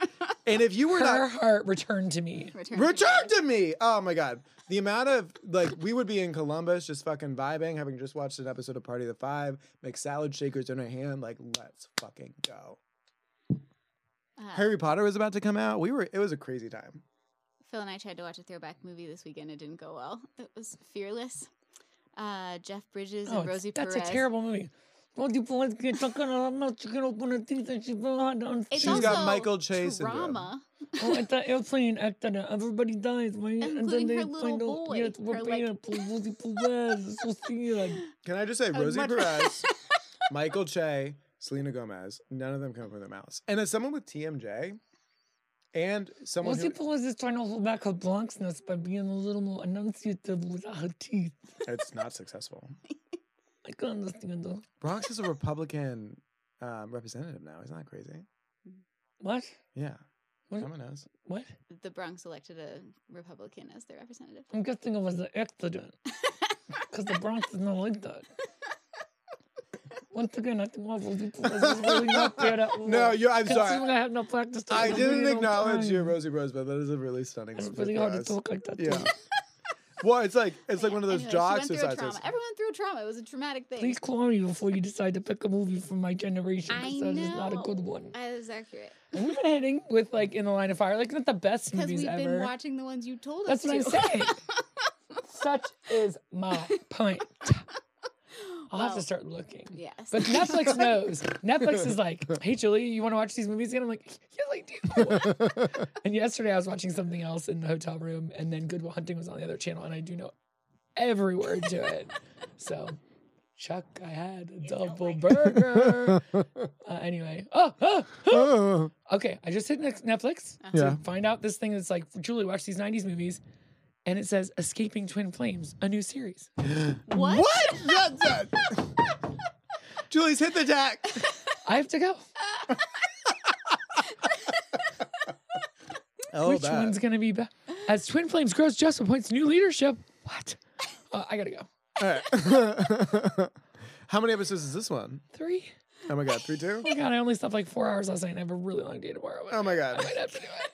Speaker 1: and if you were
Speaker 3: Her
Speaker 1: not
Speaker 3: heart returned to me.
Speaker 4: Return. to
Speaker 1: return
Speaker 4: Japan.
Speaker 1: to me, oh my god, the amount of like we would be in Columbus just fucking vibing, having just watched an episode of Party of the Five, make salad shakers in her hand, like let's fucking go.
Speaker 4: Uh,
Speaker 1: Harry Potter was about to come out. We were it was a crazy time.
Speaker 4: Phil and I tried to watch a throwback movie this weekend. It didn't go well. It was Fearless. Uh, Jeff Bridges
Speaker 3: Oh,
Speaker 4: and
Speaker 3: it's-
Speaker 4: Rosie
Speaker 3: that's
Speaker 4: Perez.
Speaker 3: a terrible movie. Well, you boys get stuck on her mouth, you can open her teeth and she blow out on
Speaker 4: It's
Speaker 1: She's
Speaker 4: also
Speaker 1: got Michael Che syndrome.
Speaker 4: drama,
Speaker 3: Oh, at the airplane accident, everybody dies, right? and then
Speaker 4: Including
Speaker 3: they
Speaker 4: her little
Speaker 3: find out,
Speaker 4: boy,
Speaker 3: Yes, we're
Speaker 4: her,
Speaker 3: paying
Speaker 4: like-
Speaker 3: for Rosie Perez. It's so sad.
Speaker 1: Can I just say, Rosie <laughs>
Speaker 4: much-
Speaker 1: Perez, Michael Che, Selena Gomez, none of them come up with their mouths. And as someone with TMJ, and <laughs> someone
Speaker 3: Rosie
Speaker 1: who,
Speaker 3: Perez is trying to hold back her blankness by being a little more enunciative without her teeth.
Speaker 1: <laughs> it's not successful.
Speaker 3: I can understand that.
Speaker 1: Bronx is a Republican um, representative now. Isn't that crazy?
Speaker 3: What?
Speaker 1: Yeah,
Speaker 3: What?
Speaker 1: someone knows.
Speaker 3: What?
Speaker 4: the Bronx elected a Republican as their representative.
Speaker 3: I'm guessing it was an accident. Because the Bronx is not like that. Once again, I think my Rosie Perez was really not there that
Speaker 1: No,
Speaker 3: well.
Speaker 1: you. I'm
Speaker 3: Considering
Speaker 1: sorry.
Speaker 3: I have no practice.
Speaker 1: I
Speaker 3: in a
Speaker 1: didn't
Speaker 3: really long
Speaker 1: acknowledge your
Speaker 3: time.
Speaker 1: Rosie Rose, but that is a really stunning.
Speaker 3: It's
Speaker 1: one for
Speaker 3: really hard to
Speaker 1: us.
Speaker 3: talk like that. to
Speaker 1: Yeah.
Speaker 3: me.
Speaker 1: <laughs> Well, it's like it's like
Speaker 4: Yeah,
Speaker 1: one of those
Speaker 4: anyway,
Speaker 1: jaw
Speaker 4: she went through a
Speaker 1: exercises.
Speaker 4: trauma. Everyone through a trauma. It was a traumatic thing.
Speaker 3: Please call me before you decide to pick a movie from my generation.
Speaker 4: I
Speaker 3: Because that is not a
Speaker 4: know.
Speaker 3: good one.
Speaker 4: I was accurate
Speaker 3: And we've been hitting with like in the line of fire, like not the best
Speaker 4: because
Speaker 3: movies
Speaker 4: we've
Speaker 3: ever.
Speaker 4: been watching the ones you told
Speaker 3: That's
Speaker 4: us.
Speaker 3: what I'm
Speaker 4: to.
Speaker 3: saying. Such is my point. I'll have
Speaker 4: Well,
Speaker 3: to start looking.
Speaker 4: <laughs> Yes.
Speaker 3: But Netflix knows. Netflix is like, hey, Julie, you want to watch these movies again? I'm like,
Speaker 1: <laughs>
Speaker 3: yes, I do. and yesterday I was watching something else in the hotel room, and then Good Will Hunting was on the other channel, and I do know every word to it. so, Chuck, I had a double burger. Uh, anyway, oh, oh,
Speaker 1: Oh,
Speaker 3: okay. I just hit Nex- Netflix
Speaker 1: yeah.
Speaker 3: to find out this thing that's like, Julie, watch these 90s movies. And it says Escaping Twin Flames, a new series.
Speaker 4: <laughs>
Speaker 1: <laughs>
Speaker 4: what?
Speaker 1: What? That's it. <laughs> Julie's hit the <laughs> deck.
Speaker 3: I have to go.
Speaker 1: Oh,
Speaker 3: Which one's gonna be better? As Twin Flames grows, just appoints new leadership. What? Uh, I gotta go.
Speaker 1: Alright. <laughs> How many episodes is this one?
Speaker 3: Three.
Speaker 1: Oh my god, three, two?
Speaker 3: Oh my god, I only slept like four hours last night. and I have a really long day tomorrow.
Speaker 1: Oh my god.
Speaker 3: I might have to do it.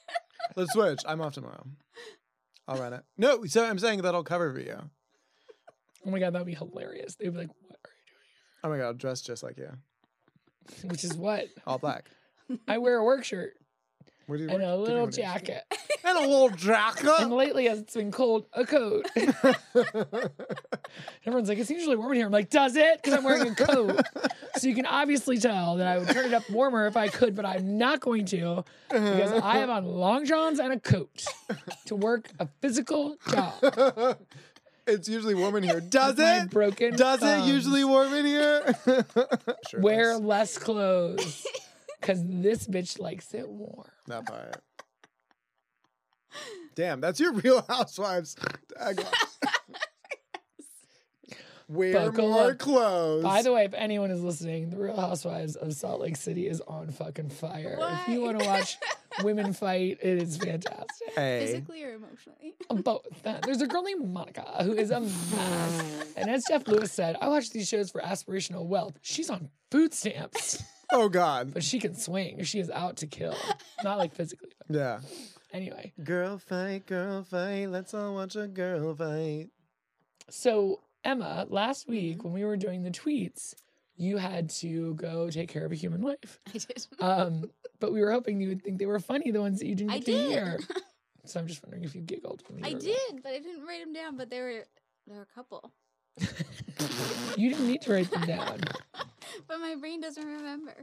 Speaker 1: Let's switch. I'm off tomorrow. I'll run it. No, so I'm saying that'll cover for you.
Speaker 3: Oh my god, that'd be hilarious. They'd be like, "What are you
Speaker 1: Oh my god, dressed just like you,
Speaker 3: which is what
Speaker 1: all black.
Speaker 3: I wear a work shirt
Speaker 1: Where do you work?
Speaker 3: and a
Speaker 1: Give me
Speaker 3: little
Speaker 1: one of these.
Speaker 3: jacket.
Speaker 1: and a little
Speaker 3: <laughs> And lately, as it's been cold, a coat. <laughs>
Speaker 1: jacket.
Speaker 3: Everyone's like, it's usually warm in here. I'm like, does it? Because I'm wearing a coat. so you can obviously tell that I would turn it up warmer if I could, but I'm not going to because I have on long johns and a coat to work a physical job.
Speaker 1: <laughs> it's usually warm
Speaker 3: <laughs>
Speaker 1: in here. Does
Speaker 3: My
Speaker 1: it?
Speaker 3: broken
Speaker 1: Does it
Speaker 3: thumbs.
Speaker 1: usually warm in here? <laughs> Sure
Speaker 3: wear
Speaker 1: does.
Speaker 3: less clothes because this bitch likes it warm.
Speaker 1: that part. Damn, that's your Real Housewives.
Speaker 3: <laughs>
Speaker 1: tagline. Wear
Speaker 3: Buckle
Speaker 1: more
Speaker 3: up.
Speaker 1: clothes.
Speaker 3: By the way, if anyone is listening, The Real Housewives of Salt Lake City is on fucking fire. If you
Speaker 4: Why?
Speaker 3: want to watch women fight, it is fantastic.
Speaker 1: hey,
Speaker 4: Physically or emotionally? <laughs>
Speaker 3: Both. There's a girl named Monica who is a mess. And as Jeff Lewis said, I watch these shows for aspirational wealth. She's on food stamps,
Speaker 1: oh god,
Speaker 3: but she can swing. She is out to kill. Not like physically. But
Speaker 1: yeah.
Speaker 3: anyway,
Speaker 1: Girl fight, girl fight. Let's all watch a girl fight.
Speaker 3: so Emma, last week when we were doing the tweets, you had to go take care of a human life.
Speaker 4: I did.
Speaker 3: Um, but we were hoping you would think they were funny, the ones that you didn't
Speaker 4: I
Speaker 3: get to
Speaker 4: did. <laughs>
Speaker 3: hear. So I'm just wondering if you giggled. When you
Speaker 4: I
Speaker 3: were-
Speaker 4: did, but I didn't write them down. But there were there were a couple.
Speaker 3: You didn't need to write them
Speaker 4: <laughs>
Speaker 3: down.
Speaker 4: But my brain doesn't remember.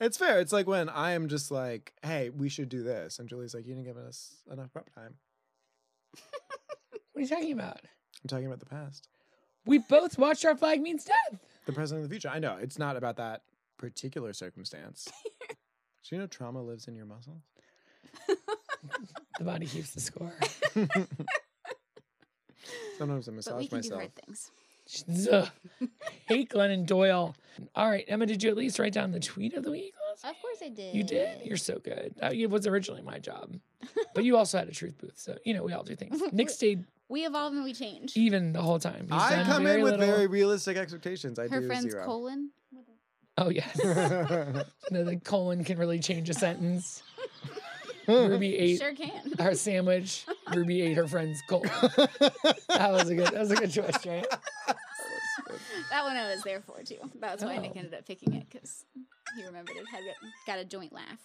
Speaker 1: It's fair. It's like when I am just like, "Hey, we should do this," and Julie's like, "You didn't give us enough prep time."
Speaker 3: What are you talking about?
Speaker 1: I'm talking about the past,
Speaker 3: We both watched Our Flag Means Death.
Speaker 1: the present, and the future. I know it's not about that particular
Speaker 3: <laughs>
Speaker 1: circumstance. Do you know trauma lives in your muscles?
Speaker 3: The body keeps the score. <laughs>
Speaker 1: <laughs> Sometimes I
Speaker 4: But we
Speaker 1: massage
Speaker 4: can do
Speaker 1: myself.
Speaker 4: hard things.
Speaker 3: Ugh. Hate Glennon Doyle. All right, Emma, did you at least write down the tweet of the week? last
Speaker 4: Of course I did.
Speaker 3: week? You did. You're so good. That it was originally my job, but you also had a truth booth, so you know we all do
Speaker 4: <laughs>
Speaker 3: things. Nick stayed
Speaker 4: We evolve and we change.
Speaker 3: even the whole time. He's
Speaker 1: I
Speaker 3: done
Speaker 1: come in with
Speaker 3: little-
Speaker 1: very realistic expectations. I
Speaker 4: Her
Speaker 1: do
Speaker 4: friend's
Speaker 1: zero. <laughs>
Speaker 3: <laughs>
Speaker 4: colon.
Speaker 3: Oh yes, no, the colon can really change a sentence.
Speaker 4: <laughs>
Speaker 3: Ruby ate
Speaker 4: Sure can.
Speaker 3: her sandwich. Ruby ate her friend's colon. that was a good. That was a good choice,
Speaker 4: <laughs>
Speaker 3: right?
Speaker 4: That one I was there for too. That's why Nick
Speaker 3: Oh.
Speaker 4: ended up picking it because he remembered it had got- got a joint laugh.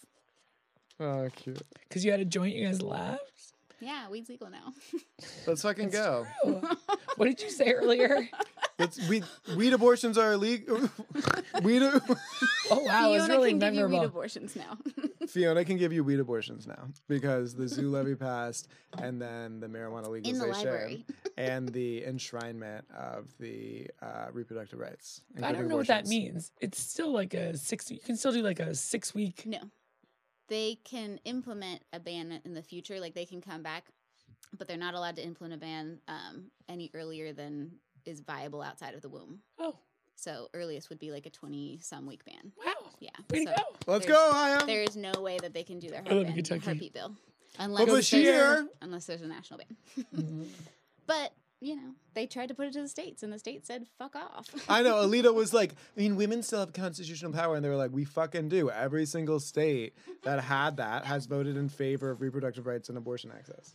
Speaker 1: oh, cute.
Speaker 3: Because you had a joint, you guys laughed.
Speaker 4: Yeah, weed's legal now.
Speaker 1: Let's fucking go.
Speaker 3: What did you say
Speaker 4: <laughs>
Speaker 3: earlier?
Speaker 1: Let's weed, weed abortions are illegal. <laughs> weed.
Speaker 3: Oh wow, it was
Speaker 4: <laughs> Fiona
Speaker 3: really
Speaker 4: can give you weed
Speaker 3: memorable.
Speaker 4: abortions now.
Speaker 1: <laughs>
Speaker 4: <laughs>
Speaker 1: Fiona can give you weed abortions now because the zoo levy passed, and then the marijuana legalization,
Speaker 4: library.
Speaker 1: <laughs> and the enshrinement of the uh, reproductive rights.
Speaker 3: I
Speaker 1: including
Speaker 3: don't know what that
Speaker 1: abortions.
Speaker 3: means. It's still like a six. You can still do like a six week.
Speaker 4: no, they can implement a ban in the future. Like they can come back, but they're not allowed to implement a ban um, any earlier than is viable outside of the womb.
Speaker 3: Oh
Speaker 4: So earliest would be like a twenty some week ban.
Speaker 3: wow!
Speaker 4: Yeah.
Speaker 3: Way to
Speaker 4: so
Speaker 3: go!
Speaker 1: Let's
Speaker 4: There's-
Speaker 1: go, Ohio.
Speaker 4: There is no way that they can do their
Speaker 3: I love
Speaker 4: heartbeat,
Speaker 3: Um, Kentucky.
Speaker 4: heartbeat bill.
Speaker 1: But
Speaker 4: Unless
Speaker 1: Bashir-
Speaker 4: there's- unless there's a national ban.
Speaker 3: Mhm.
Speaker 4: mm-hmm. But you know, they tried to put it to the states, and the states said, "Fuck off."
Speaker 1: <laughs>
Speaker 4: <laughs>
Speaker 1: I know. Alita was like, I mean, women still have constitutional power, and they were like, we fucking do. Every single state that had that has voted in favor of reproductive rights and abortion access.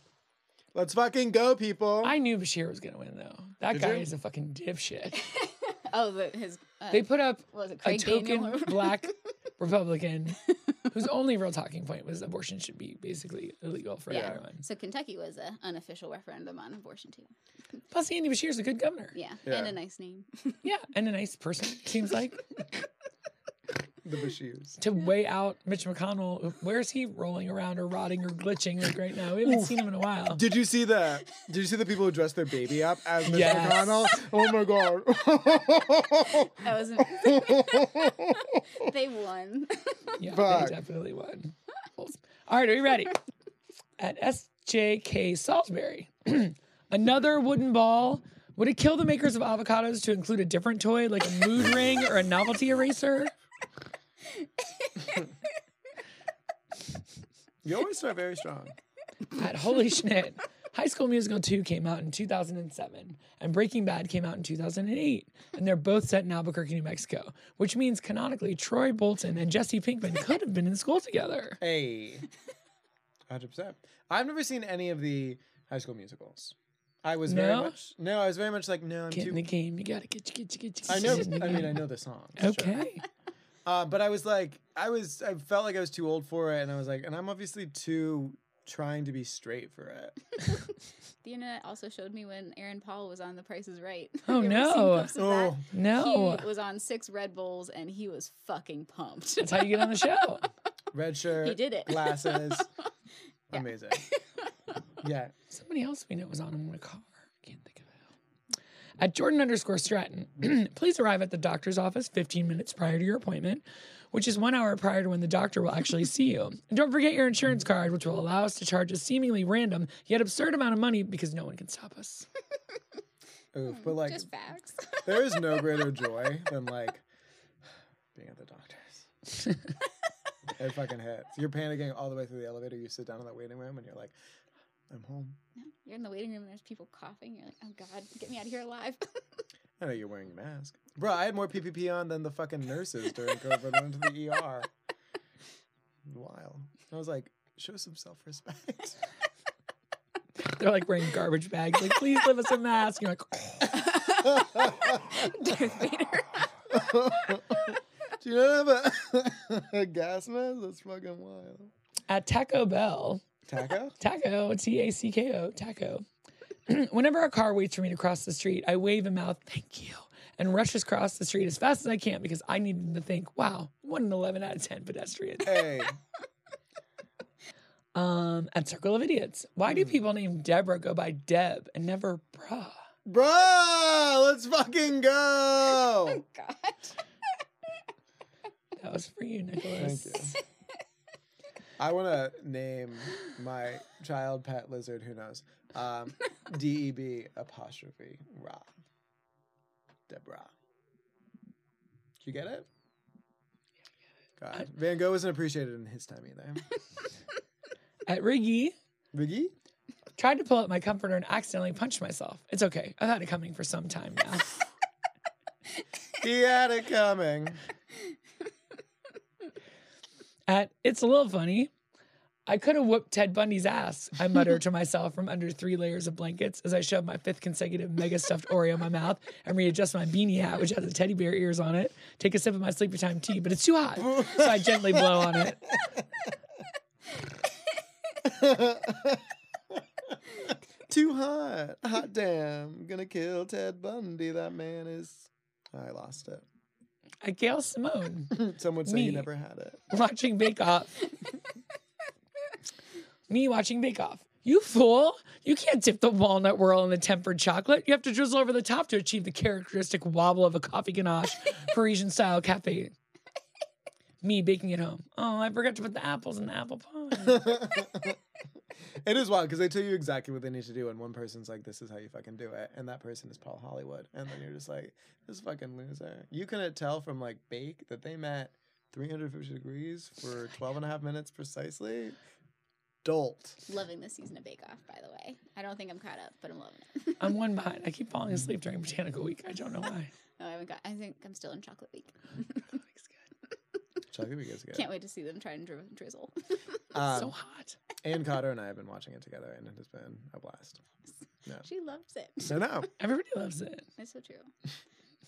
Speaker 1: Let's fucking go, people.
Speaker 3: I knew Bashir was gonna win though. That
Speaker 1: Did
Speaker 3: guy
Speaker 1: you?
Speaker 3: is a fucking
Speaker 4: <laughs>
Speaker 3: dipshit.
Speaker 4: oh, the, his uh,
Speaker 3: They put up
Speaker 4: what was it
Speaker 3: a
Speaker 4: Craig
Speaker 3: token
Speaker 4: <laughs> Daniel?
Speaker 3: black
Speaker 4: <laughs>
Speaker 3: Republican whose only real talking point was abortion should be basically illegal for
Speaker 4: Yeah.
Speaker 3: everyone.
Speaker 4: So Kentucky was an unofficial referendum on abortion too.
Speaker 3: Plus, Andy Bashir's a good governor.
Speaker 4: Yeah,
Speaker 1: Yeah.
Speaker 4: and a nice name. <laughs>
Speaker 3: Yeah, and a nice person seems like
Speaker 1: the Bashirs.
Speaker 3: to weigh out Mitch McConnell. Where is he rolling around or rotting or glitching like right now? We haven't seen him in a while.
Speaker 1: Did you see the? Did you see the people who dressed their baby up as Mitch
Speaker 3: Yes.
Speaker 1: McConnell? Oh my god!
Speaker 4: That
Speaker 3: <laughs>
Speaker 4: was <laughs> they won. <laughs>
Speaker 3: Yeah,
Speaker 1: Fuck.
Speaker 3: they definitely won. All right, are you ready? At SJK Salisbury, <clears throat> another wooden ball. Would it kill the makers of avocados to include a different toy, like a mood ring or a novelty eraser?
Speaker 1: <laughs> you always start very strong.
Speaker 3: At Holy Schnitt, High School Musical 2 came out in 2007, and Breaking Bad came out in 2008, and they're both set in Albuquerque, New Mexico, which means canonically Troy Bolton and Jesse Pinkman could have been in school together.
Speaker 1: Hey, hundred percent. I've never seen any of the High School Musicals. I was very
Speaker 3: No?
Speaker 1: much no. I was very much like no. I'm
Speaker 3: Get in
Speaker 1: too.
Speaker 3: the game. You gotta get you, get you, get you.
Speaker 1: I know.
Speaker 3: get in the
Speaker 1: I mean,
Speaker 3: game.
Speaker 1: I know the song. Sure.
Speaker 3: Okay.
Speaker 1: Uh, but I was like, I was, I felt like I was too old for it, and I was like, and I'm obviously too trying to be straight for it.
Speaker 4: The internet also showed me when Aaron Paul was on The Price is Right. <laughs>
Speaker 3: Oh,
Speaker 4: Have you ever
Speaker 3: no.
Speaker 4: seen
Speaker 3: Oh,
Speaker 4: clips of that?
Speaker 1: <laughs>
Speaker 3: No.
Speaker 4: He was on six Red Bulls and he was fucking pumped. <laughs>
Speaker 3: That's how you get on the show.
Speaker 1: red shirt,
Speaker 4: he did it.
Speaker 1: glasses,
Speaker 4: <laughs> Yeah.
Speaker 1: amazing. Yeah,
Speaker 3: Somebody else we know was on him in a car. I can't think of it. At Jordan underscore Stratton, <clears throat> please arrive at the doctor's office 15 minutes prior to your appointment, which is one hour prior to when the doctor will actually see you. And don't forget your insurance card, which will allow us to charge a seemingly random yet absurd amount of money because no one can stop us. <laughs>
Speaker 1: oof. But like,
Speaker 4: Just facts.
Speaker 1: there is
Speaker 4: <laughs>
Speaker 1: no greater joy than like being at the doctor's.
Speaker 4: <laughs>
Speaker 1: it fucking hits. You're panicking all the way through the elevator. You sit down in that waiting room, and you're like, I'm home.
Speaker 4: No, you're in the waiting room and there's people coughing. You're like, oh God, get me out of here alive. <laughs>
Speaker 1: I know you're wearing your mask. Bro, I had more PPP on than the fucking nurses during COVID. I went to the <laughs> ER. Wild. I was like, show some self <laughs> respect.
Speaker 3: They're like wearing garbage bags. Like, please give us a mask. You're like,
Speaker 4: Darth
Speaker 1: <laughs>
Speaker 4: Vader.
Speaker 1: Do you not have a, <laughs> a gas mask? That's fucking wild.
Speaker 3: at Taco Bell,
Speaker 1: Taco?
Speaker 3: Taco, T A C K O, Taco. <clears throat> Whenever a car waits for me to cross the street, I wave and mouth, thank you, and rushes across the street as fast as I can because I need them to think, wow, what an 11 out of 10 pedestrian.
Speaker 1: Hey.
Speaker 3: Um, at Circle of Idiots, why do people named Deborah go by Deb and never Bruh?
Speaker 1: Bro, let's fucking go.
Speaker 4: Oh, God.
Speaker 3: That was for you, Nicholas.
Speaker 1: Thank you. I want to name my child pet lizard, who knows, um, DEB apostrophe Ra. Deborah. Did you get it? God. Van Gogh wasn't appreciated in his time either.
Speaker 3: At Riggy,
Speaker 1: Riggy?
Speaker 3: tried to pull out my comforter and accidentally punched myself. It's okay. I've had it coming for some time now.
Speaker 1: He had it coming.
Speaker 3: at It's a Little Funny. I could have whooped Ted Bundy's ass, I mutter to myself from under three layers of blankets as I shove my fifth consecutive mega stuffed Oreo in my mouth and readjust my beanie hat, which has a teddy bear ears on it. Take a sip of my sleepy time tea, but it's too hot. So I gently blow on it.
Speaker 1: Too hot. Hot damn. Gonna kill Ted Bundy. That man is. I lost it.
Speaker 3: At Gail Simone,
Speaker 1: Someone said
Speaker 3: Me.
Speaker 1: you never had it.
Speaker 3: watching Bake Off. Me watching Bake Off. You fool! You can't dip the walnut whirl in the tempered chocolate. You have to drizzle over the top to achieve the characteristic wobble of a coffee ganache, Parisian style cafe. Me baking at home. Oh, I forgot to put the apples in the
Speaker 1: <laughs>
Speaker 3: apple pie.
Speaker 1: It is wild because they tell you exactly what they need to do, and one person's like, "This is how you fucking do it," and that person is Paul Hollywood, and then you're just like, "This fucking loser." You couldn't tell from like bake that they met 350 degrees for 12 and a half minutes precisely. Dolt.
Speaker 4: Loving this season of Bake Off, by the way. I don't think I'm caught up, but I'm loving it. <laughs>
Speaker 3: I'm one behind. I keep falling asleep during Botanical Week. I don't know why.
Speaker 4: no, I haven't got. I think I'm still in Chocolate Week.
Speaker 1: Chocolate Week is good.
Speaker 4: Can't wait to see them try and dri- drizzle.
Speaker 1: Um,
Speaker 3: so hot.
Speaker 1: Ann Cotter and I have been watching it together, and it has been a blast.
Speaker 4: she loves it.
Speaker 1: So
Speaker 4: <laughs>
Speaker 1: now,
Speaker 3: Everybody loves it.
Speaker 4: It's
Speaker 1: <laughs>
Speaker 4: so true.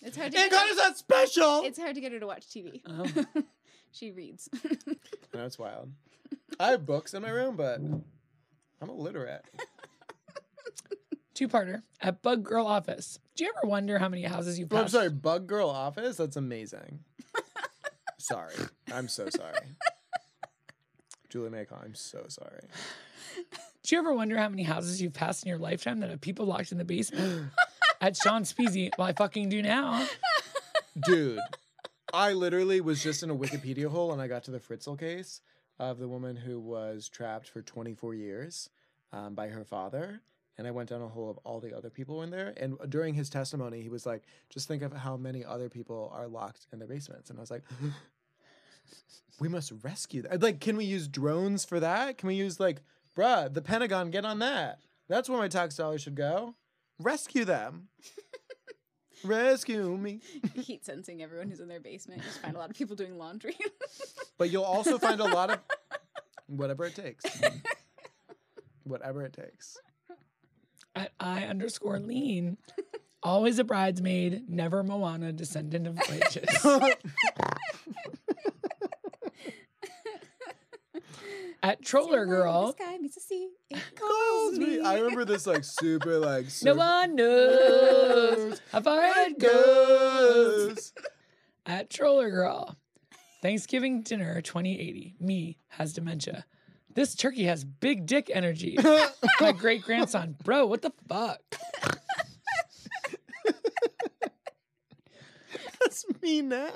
Speaker 4: It's hard to
Speaker 1: Ann
Speaker 4: get her,
Speaker 1: Cotter's not special.
Speaker 4: it's hard to get her to watch TV.
Speaker 3: Oh.
Speaker 4: <laughs> she reads. <laughs>
Speaker 1: I know it's wild. I have books in my room, but I'm illiterate.
Speaker 3: Two parter at Bug Girl Office. Do you ever wonder how many houses you've
Speaker 1: Oh, I'm
Speaker 3: passed?
Speaker 1: sorry, Bug Girl Office? That's amazing. sorry. I'm so sorry. Julie Maycon, I'm so sorry.
Speaker 3: Do you ever wonder how many houses you've passed in your lifetime that have people locked in the basement? <laughs> At Sean Speezy, well, I fucking do now.
Speaker 1: Dude, I literally was just in a Wikipedia hole and I got to the Fritzl case of the woman who was trapped for 24 years um, by her father. And I went down a hole of all the other people in there. And during his testimony, he was like, just think of how many other people are locked in their basements. And I was like, <gasps> we must rescue that. Like, can we use drones for that? Can we use like, bruh, the Pentagon, get on that. That's where my tax dollars should go. Rescue them. rescue me.
Speaker 4: Heat sensing everyone who's in their basement. You just find a lot of people doing laundry. <laughs>
Speaker 1: But you'll also find a <laughs> lot of <laughs> whatever it takes. whatever it takes.
Speaker 3: at I underscore lean. Always a bridesmaid, never Moana, descendant of
Speaker 1: <laughs>
Speaker 3: witches. at Troller Girl.
Speaker 5: Sky meets the sea. It
Speaker 1: Calls me. I remember this like super like
Speaker 3: No
Speaker 1: super
Speaker 3: one knows how far it goes. At Troller Girl. Thanksgiving dinner 2080. Me has dementia. This turkey has big dick energy. My great grandson. Bro, what the fuck?
Speaker 1: <laughs> That's me now.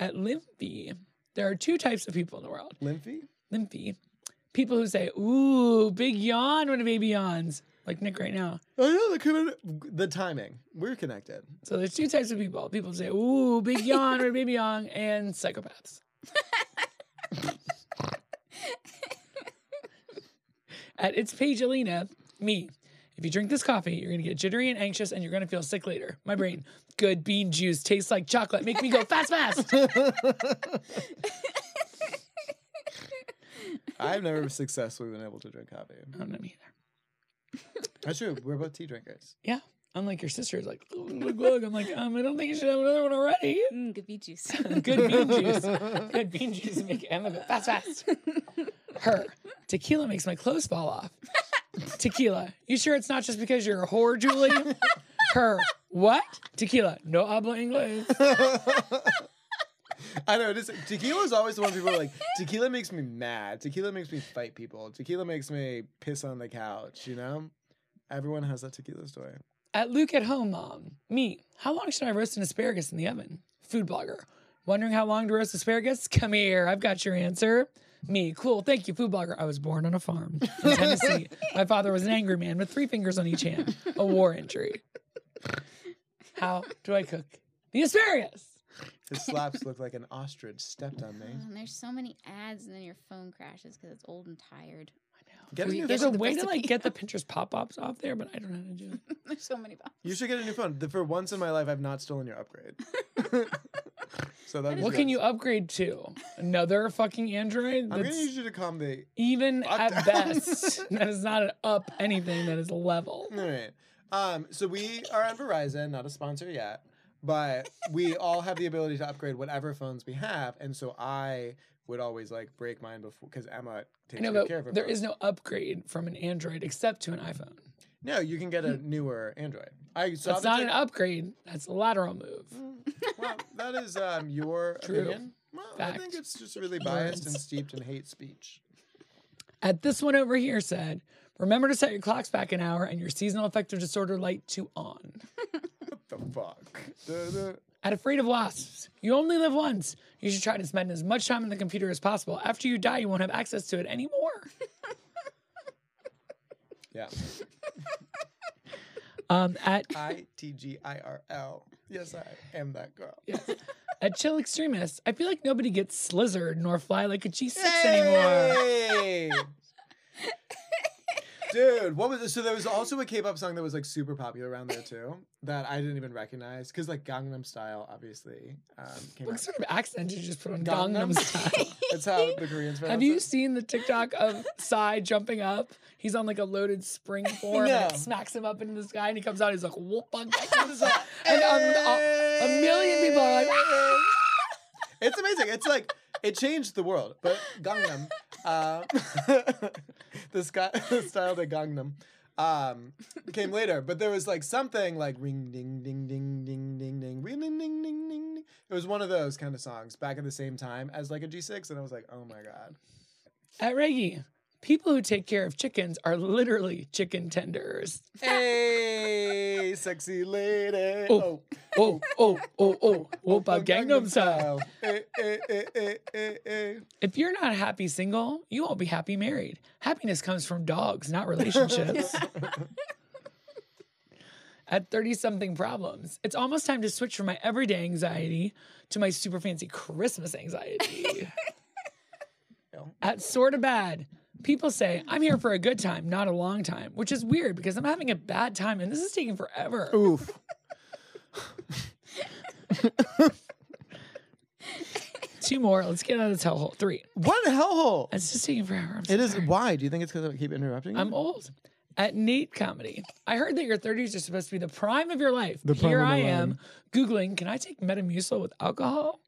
Speaker 3: At Limpy. There are two types of people in the world.
Speaker 1: Lymphy?
Speaker 3: Limpy. People who say, ooh, big yawn when a baby yawns. Like Nick right now.
Speaker 1: I know Oh, the commu- the timing. We're connected.
Speaker 3: So there's two types of people. People who say, ooh, big yawn when a baby yawn, and psychopaths. At its page, Alina, me. If you drink this coffee, you're gonna get jittery and anxious, and you're gonna feel sick later. My brain, good bean juice tastes like chocolate. Make me go fast, fast.
Speaker 1: <laughs> I've never successfully been able to drink coffee.
Speaker 3: I don't know me either.
Speaker 1: That's true. We're both tea drinkers.
Speaker 3: Unlike your sister, is like, glug, glug. I'm like, um, I don't think you should have another one already.
Speaker 5: Mm, good bee
Speaker 1: <laughs>
Speaker 5: juice.
Speaker 3: Good bean juice. Good bean juice to make Emma go fast, fast. Her tequila makes my clothes fall off. Tequila, you sure it's not just because you're a whore, Julie? Her, what? Tequila, no habla inglés.
Speaker 1: <laughs> I know. It is, tequila is always the one people are like. Tequila makes me mad. Tequila makes me fight people. Tequila makes me piss on the couch. You know. Everyone has that tequila story.
Speaker 3: At Luke at home, mom, me. How long should I roast an asparagus in the oven? Food blogger, wondering how long to roast asparagus? Come here, I've got your answer. Me, cool, thank you, food blogger. I was born on a farm in Tennessee. My father was an angry man with three fingers on each hand, a war injury. How do I cook the asparagus?
Speaker 1: His slaps look like an ostrich stepped on me.
Speaker 3: <sighs>
Speaker 4: Oh, and there's so many ads, and then your phone crashes because it's old and tired.
Speaker 1: Get a new
Speaker 3: There's a
Speaker 1: phone.
Speaker 3: way to like get the Pinterest pop-ups off there, but I don't know how to do it.
Speaker 4: <laughs> <laughs> There's so many. Boxes.
Speaker 1: You should get a new phone. The- For once in my life, I've not stolen your
Speaker 3: <laughs>
Speaker 1: upgrade. so that
Speaker 3: What can you upgrade to? Another fucking Android?
Speaker 1: I'm gonna
Speaker 3: That's-
Speaker 1: need you to calm the.
Speaker 3: even
Speaker 1: Fuck that.
Speaker 3: at
Speaker 1: <laughs>
Speaker 3: best, that is not an up anything. That is level.
Speaker 1: All right. Um. So we are on Verizon, not a sponsor yet, but we all have the ability to upgrade whatever phones we have, and so I would always like break mine before because Emma
Speaker 3: I
Speaker 1: takes
Speaker 3: know,
Speaker 1: good care of her.
Speaker 3: but there
Speaker 1: phone.
Speaker 3: is no upgrade from an Android except to an iPhone.
Speaker 1: no. You can get a newer Android. I saw
Speaker 3: Hmm. That's
Speaker 1: that
Speaker 3: not
Speaker 1: you-
Speaker 3: an upgrade. That's a lateral move.
Speaker 1: Mm. <laughs> well, that is um
Speaker 3: <laughs>
Speaker 1: your
Speaker 3: True.
Speaker 1: opinion. Well, I think
Speaker 3: Fact.
Speaker 1: it's just really biased and
Speaker 3: Words.
Speaker 1: steeped in hate speech.
Speaker 3: At this one over here said, remember to set your clocks back an hour and your seasonal affective disorder light to on.
Speaker 1: What the fuck?
Speaker 3: <laughs>
Speaker 1: Da-da.
Speaker 3: At afraid of wasps, you only live once. You should try to spend as much time on the computer as possible. After you die, you won't have access to it
Speaker 1: <laughs>
Speaker 3: anymore.
Speaker 1: Yeah.
Speaker 3: Um, at
Speaker 1: I T G I R L. Yes, I am that girl.
Speaker 3: at chill extremists, I feel like nobody gets slizzard nor fly like a G6 anymore.
Speaker 1: Hey! Dude, what was it? So there was also a K-pop song that was like super popular around there too that I didn't even recognize because like Gangnam Style obviously um, came
Speaker 3: What
Speaker 1: out.
Speaker 3: sort of accent did you just put on
Speaker 1: Gangnam?
Speaker 3: Gangnam <laughs> Style?
Speaker 1: That's how the Koreans pronounce
Speaker 3: Have you
Speaker 1: it.
Speaker 3: seen the TikTok of Psy jumping up? He's on like a loaded <laughs> spring form and
Speaker 1: No.
Speaker 3: it smacks him up into the sky and he comes out. He's like, whoop, on <laughs> that And a, a, a million people are like, "Ah!"
Speaker 1: It's amazing. It's like it changed the world. But Gangnam, uh, <laughs> the, sky, the style to Gangnam um, came later. But there was like something like ring ding ding ding ding ding ding ring ding ding ding ding. ding. It was one of those kind of songs back at the same time as like a G6, and I was like, oh my god.
Speaker 3: at Reggie, people who take care of chickens are literally chicken <laughs> tenders.
Speaker 1: Hey, <laughs> sexy lady.
Speaker 3: Oh, oh, oh, oh, oh, whoop,
Speaker 1: oh,
Speaker 3: on Gangnam Style.
Speaker 1: Eh, eh, eh, eh, eh, eh.
Speaker 3: If you're not happy single, you won't be happy married. Happiness comes from dogs, not relationships. At 30 something problems, it's almost time to switch from my everyday anxiety to my super fancy Christmas anxiety.
Speaker 1: Yeah.
Speaker 3: At sort of bad, people say, I'm here for a good time, not a long time, which is weird because I'm having a bad time and this is taking forever.
Speaker 1: Oof.
Speaker 3: two more. Let's get out of this hellhole. Three.
Speaker 1: What a hellhole!
Speaker 3: It's just taking forever. I'm so
Speaker 1: It is.
Speaker 3: <laughs> tired.
Speaker 1: Why do you think it's because I keep interrupting? you?
Speaker 3: I'm old. At Neat Comedy, I heard that your 30s are supposed to be the prime of your life.
Speaker 1: The prime
Speaker 3: Here
Speaker 1: of the
Speaker 3: I
Speaker 1: line.
Speaker 3: am Googling, can I take Metamucil with
Speaker 1: <laughs>
Speaker 3: alcohol?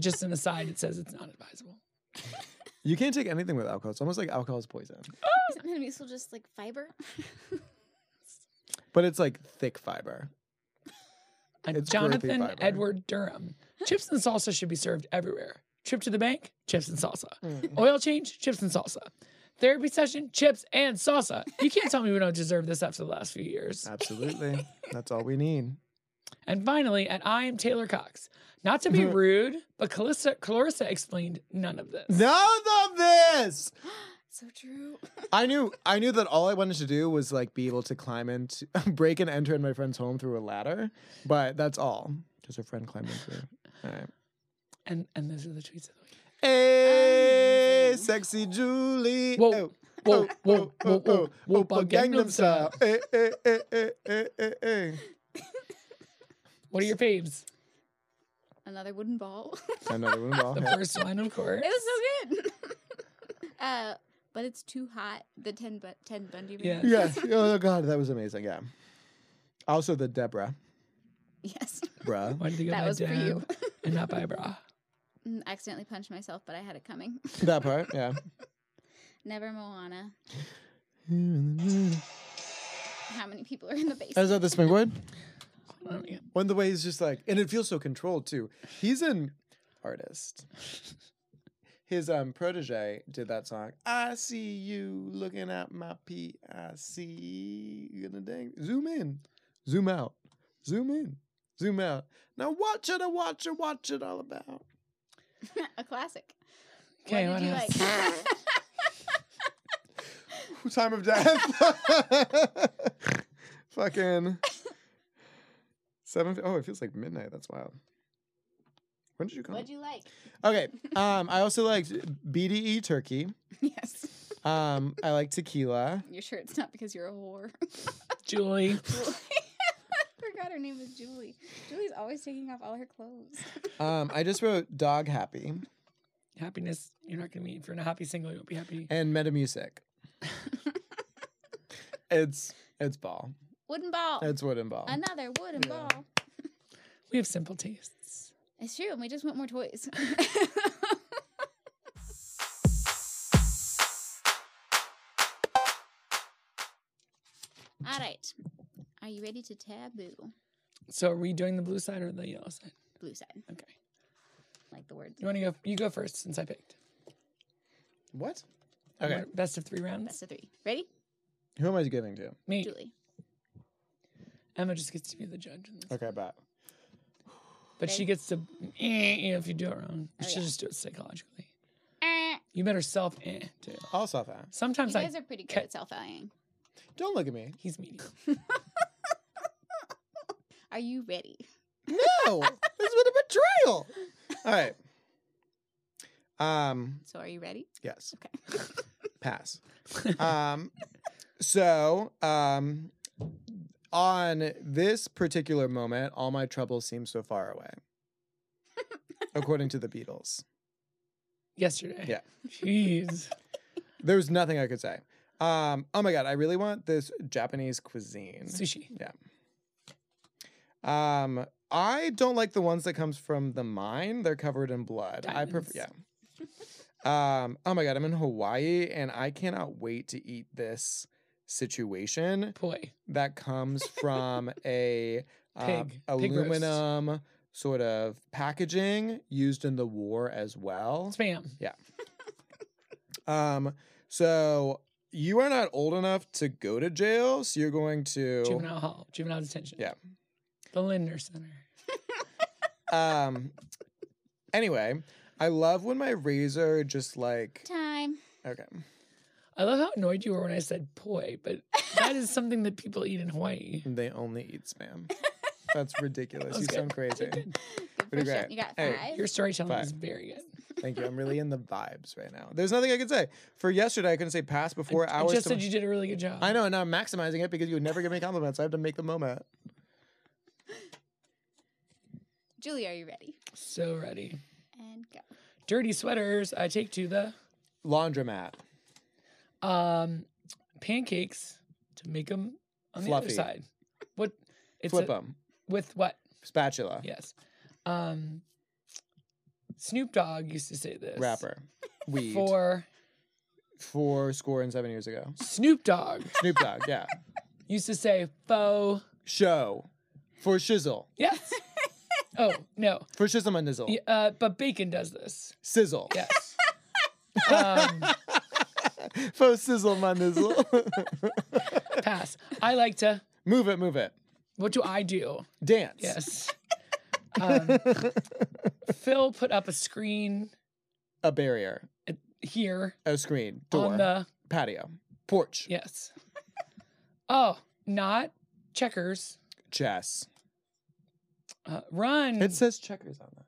Speaker 3: Just an aside, it says it's not advisable.
Speaker 1: You can't take anything with alcohol. It's almost like alcohol is poison,
Speaker 4: Isn't <laughs> Metamucil just like fiber? <laughs>
Speaker 1: but it's like thick fiber.
Speaker 3: And
Speaker 1: It's girthy
Speaker 3: Uh, Jonathan
Speaker 1: fiber.
Speaker 3: Edward Durham. Chips and salsa should be served everywhere. Trip to the bank, chips and salsa. Oil change, chips and salsa. Therapy session, chips and salsa. You can't tell me we don't deserve this after the last few years. <laughs>
Speaker 1: Absolutely, that's all we need.
Speaker 3: And finally, at I am Taylor Cox. Not to be rude, but Calista, Clarissa explained none of this.
Speaker 1: None of this.
Speaker 4: so true.
Speaker 1: I knew. I knew that all I wanted to do was like be able to climb into, <laughs> break and enter in my friend's home through a ladder, but that's all. Just a friend climbed in through. All right.
Speaker 3: And and those are the tweets of the week.
Speaker 1: Hey, sexy Julie.
Speaker 3: Whoa,
Speaker 1: Oh,
Speaker 3: whoa,
Speaker 1: oh,
Speaker 3: whoa,
Speaker 1: oh,
Speaker 3: whoa,
Speaker 1: oh,
Speaker 3: whoa,
Speaker 1: oh,
Speaker 3: whoa,
Speaker 1: oh,
Speaker 3: whoa,
Speaker 1: Gangnam
Speaker 3: Gangnam
Speaker 1: Style.
Speaker 3: Style.
Speaker 1: Eh, eh, eh, eh, eh, eh, eh.
Speaker 3: What are your faves?
Speaker 4: Another wooden ball.
Speaker 1: Another one <laughs> ball.
Speaker 3: The
Speaker 1: yeah.
Speaker 3: first one, of course.
Speaker 4: <laughs> it was so good. <laughs> uh, but it's too hot. The ten, bu- ten Bundy.
Speaker 3: Yeah.
Speaker 4: remix.
Speaker 1: Yes. Oh god, that was amazing. Yeah. Also the Deborah,
Speaker 4: Yes.
Speaker 1: bruh.
Speaker 3: Why did they go
Speaker 4: That
Speaker 3: by
Speaker 4: was for
Speaker 3: Dan
Speaker 4: you.
Speaker 3: and not by bra?
Speaker 4: Mm, Accidentally punched myself, but I had it coming. <laughs>
Speaker 1: that part. Yeah.
Speaker 4: Never Moana.
Speaker 1: Is
Speaker 4: How many people are in the basement?
Speaker 1: that the springboard?
Speaker 3: Hold on, yeah.
Speaker 1: One the way he's just like, and it feels so controlled too. He's an artist. His um protege did that song. I see you looking at my P. I see you gonna dang. Zoom in, zoom out, zoom in, zoom out. Now watch it, I watch it, watch it all about.
Speaker 4: <laughs> a classic.
Speaker 3: Okay, what
Speaker 4: what did you
Speaker 3: else?
Speaker 4: <laughs> like?
Speaker 1: Time of death. <laughs> Fucking seven. Oh, it feels like midnight. That's wild. When did you come?
Speaker 4: What'd you <laughs> like?
Speaker 1: Okay. Um, I also liked BDE turkey.
Speaker 4: Yes.
Speaker 1: Um, I like tequila.
Speaker 4: You're sure it's not because you're a whore?
Speaker 3: Julie.
Speaker 4: Julie. <laughs> I forgot her name was Julie. Julie's always taking off all her clothes. <laughs>
Speaker 1: Um, I just wrote dog happy
Speaker 3: Happiness, you're not going to meet. If you're not happy single, you won't be happy.
Speaker 1: and meta
Speaker 4: <laughs>
Speaker 1: music. it's it's ball.
Speaker 4: Wooden ball.
Speaker 1: It's wooden ball.
Speaker 4: Another wooden
Speaker 1: Yeah.
Speaker 4: ball.
Speaker 3: We have simple tastes.
Speaker 4: It's true, and we just want more toys. <laughs> All right. Are you ready to taboo?
Speaker 3: So are we doing the blue side or the yellow side?
Speaker 4: Blue side,
Speaker 3: Okay.
Speaker 4: like the words.
Speaker 3: You want to go? You go first since I picked.
Speaker 1: What? Okay.
Speaker 3: What- Best of three rounds.
Speaker 4: Best of three. Ready?
Speaker 1: Who am I giving to?
Speaker 3: Me.
Speaker 4: Julie.
Speaker 3: Emma just gets to be the judge. In this.
Speaker 1: Okay, bet.
Speaker 3: But she
Speaker 4: Okay.
Speaker 3: gets to, eh, eh, if you do it wrong,
Speaker 4: Oh,
Speaker 3: you should
Speaker 4: yeah.
Speaker 3: just do it psychologically.
Speaker 4: Eh.
Speaker 3: You better self eh, too.
Speaker 1: I'll solve that.
Speaker 4: You
Speaker 3: Sometimes I,
Speaker 4: guys are pretty good
Speaker 3: ca-
Speaker 4: at self valuing.
Speaker 1: Don't look at me.
Speaker 3: he's
Speaker 4: <laughs>
Speaker 3: meeting.
Speaker 4: Are you ready?
Speaker 1: No, this was a betrayal. All right. Um.
Speaker 4: So are you ready?
Speaker 1: Yes.
Speaker 4: Okay.
Speaker 1: Pass. Um, so um, on this particular moment, all my troubles seem so far away, according to the Beatles.
Speaker 3: <laughs> Yesterday.
Speaker 1: Yeah. <laughs>
Speaker 3: Jeez.
Speaker 1: There was nothing I could say. Um, oh my god, I really want this Japanese cuisine.
Speaker 3: Sushi.
Speaker 1: Um, I don't like the ones that comes from the mine. They're covered in blood. I prefer
Speaker 3: Diamonds.
Speaker 1: yeah. Um, oh my god, I'm in Hawaii and I cannot wait to eat this situation.
Speaker 3: Poi.
Speaker 1: that comes
Speaker 3: <laughs>
Speaker 1: from a uh,
Speaker 3: Pig. Pig roast.
Speaker 1: aluminum sort of packaging used in the war as well.
Speaker 3: Spam.
Speaker 1: Um, so you are not old enough to go to jail, so you're going to
Speaker 3: Juvenile hall. Juvenile detention.
Speaker 1: Yeah.
Speaker 3: The Linder Center.
Speaker 1: um anyway, I love when my razor just like
Speaker 4: Time.
Speaker 1: okay.
Speaker 3: I love how annoyed you were when I said poi, but that
Speaker 4: <laughs>
Speaker 3: is something that people eat in Hawaii.
Speaker 1: They only eat spam.
Speaker 3: <laughs>
Speaker 1: That's ridiculous.
Speaker 3: That
Speaker 1: you
Speaker 3: was good.
Speaker 1: sound crazy.
Speaker 3: <laughs>
Speaker 4: Good
Speaker 1: Pretty
Speaker 4: first shot.
Speaker 1: great.
Speaker 4: You got
Speaker 1: Hey,
Speaker 4: five.
Speaker 3: Your storytelling
Speaker 1: Five.
Speaker 3: is very good.
Speaker 1: Thank you. I'm really in the vibes right now. There's nothing I can say. For yesterday, I couldn't say past before
Speaker 3: I
Speaker 1: hours.
Speaker 3: just
Speaker 1: to
Speaker 3: said you did a really good job.
Speaker 1: I know, and now I'm maximizing it because you would never give me compliments. I have to make the moment.
Speaker 4: Julie, are you ready?
Speaker 3: So ready.
Speaker 4: And go.
Speaker 3: Dirty sweaters. I take to the
Speaker 1: Laundromat.
Speaker 3: um, pancakes to make them on the
Speaker 1: Fluffy.
Speaker 3: other side. What? It's
Speaker 1: Flip Uh.
Speaker 3: a-
Speaker 1: them.
Speaker 3: with what?
Speaker 1: Spatula.
Speaker 3: Yes. Um, Snoop Dogg used to say this.
Speaker 1: Wrapper. Weed.
Speaker 3: For
Speaker 1: Four score and seven years ago.
Speaker 3: Snoop Dogg
Speaker 1: Snoop Dogg, yeah.
Speaker 3: used to say faux.
Speaker 1: Show. For shizzle. <laughs>
Speaker 3: Yes. oh no.
Speaker 1: For shizzle and nizzle.
Speaker 3: Y- Uh, but Bacon does this.
Speaker 1: Sizzle.
Speaker 3: Yes.
Speaker 1: <laughs>
Speaker 3: um,
Speaker 1: For sizzle my
Speaker 3: <laughs>
Speaker 1: nizzle.
Speaker 3: pass. I like to.
Speaker 1: move it, move it.
Speaker 3: What do I do?
Speaker 1: Dance. <laughs>
Speaker 3: Yes. Um, Phil put up a screen
Speaker 1: A barrier.
Speaker 3: here
Speaker 1: A screen. Door.
Speaker 3: on the
Speaker 1: patio. Porch.
Speaker 3: yes. Oh, not checkers.
Speaker 1: Chess.
Speaker 3: Uh, run,
Speaker 1: It says checkers on that.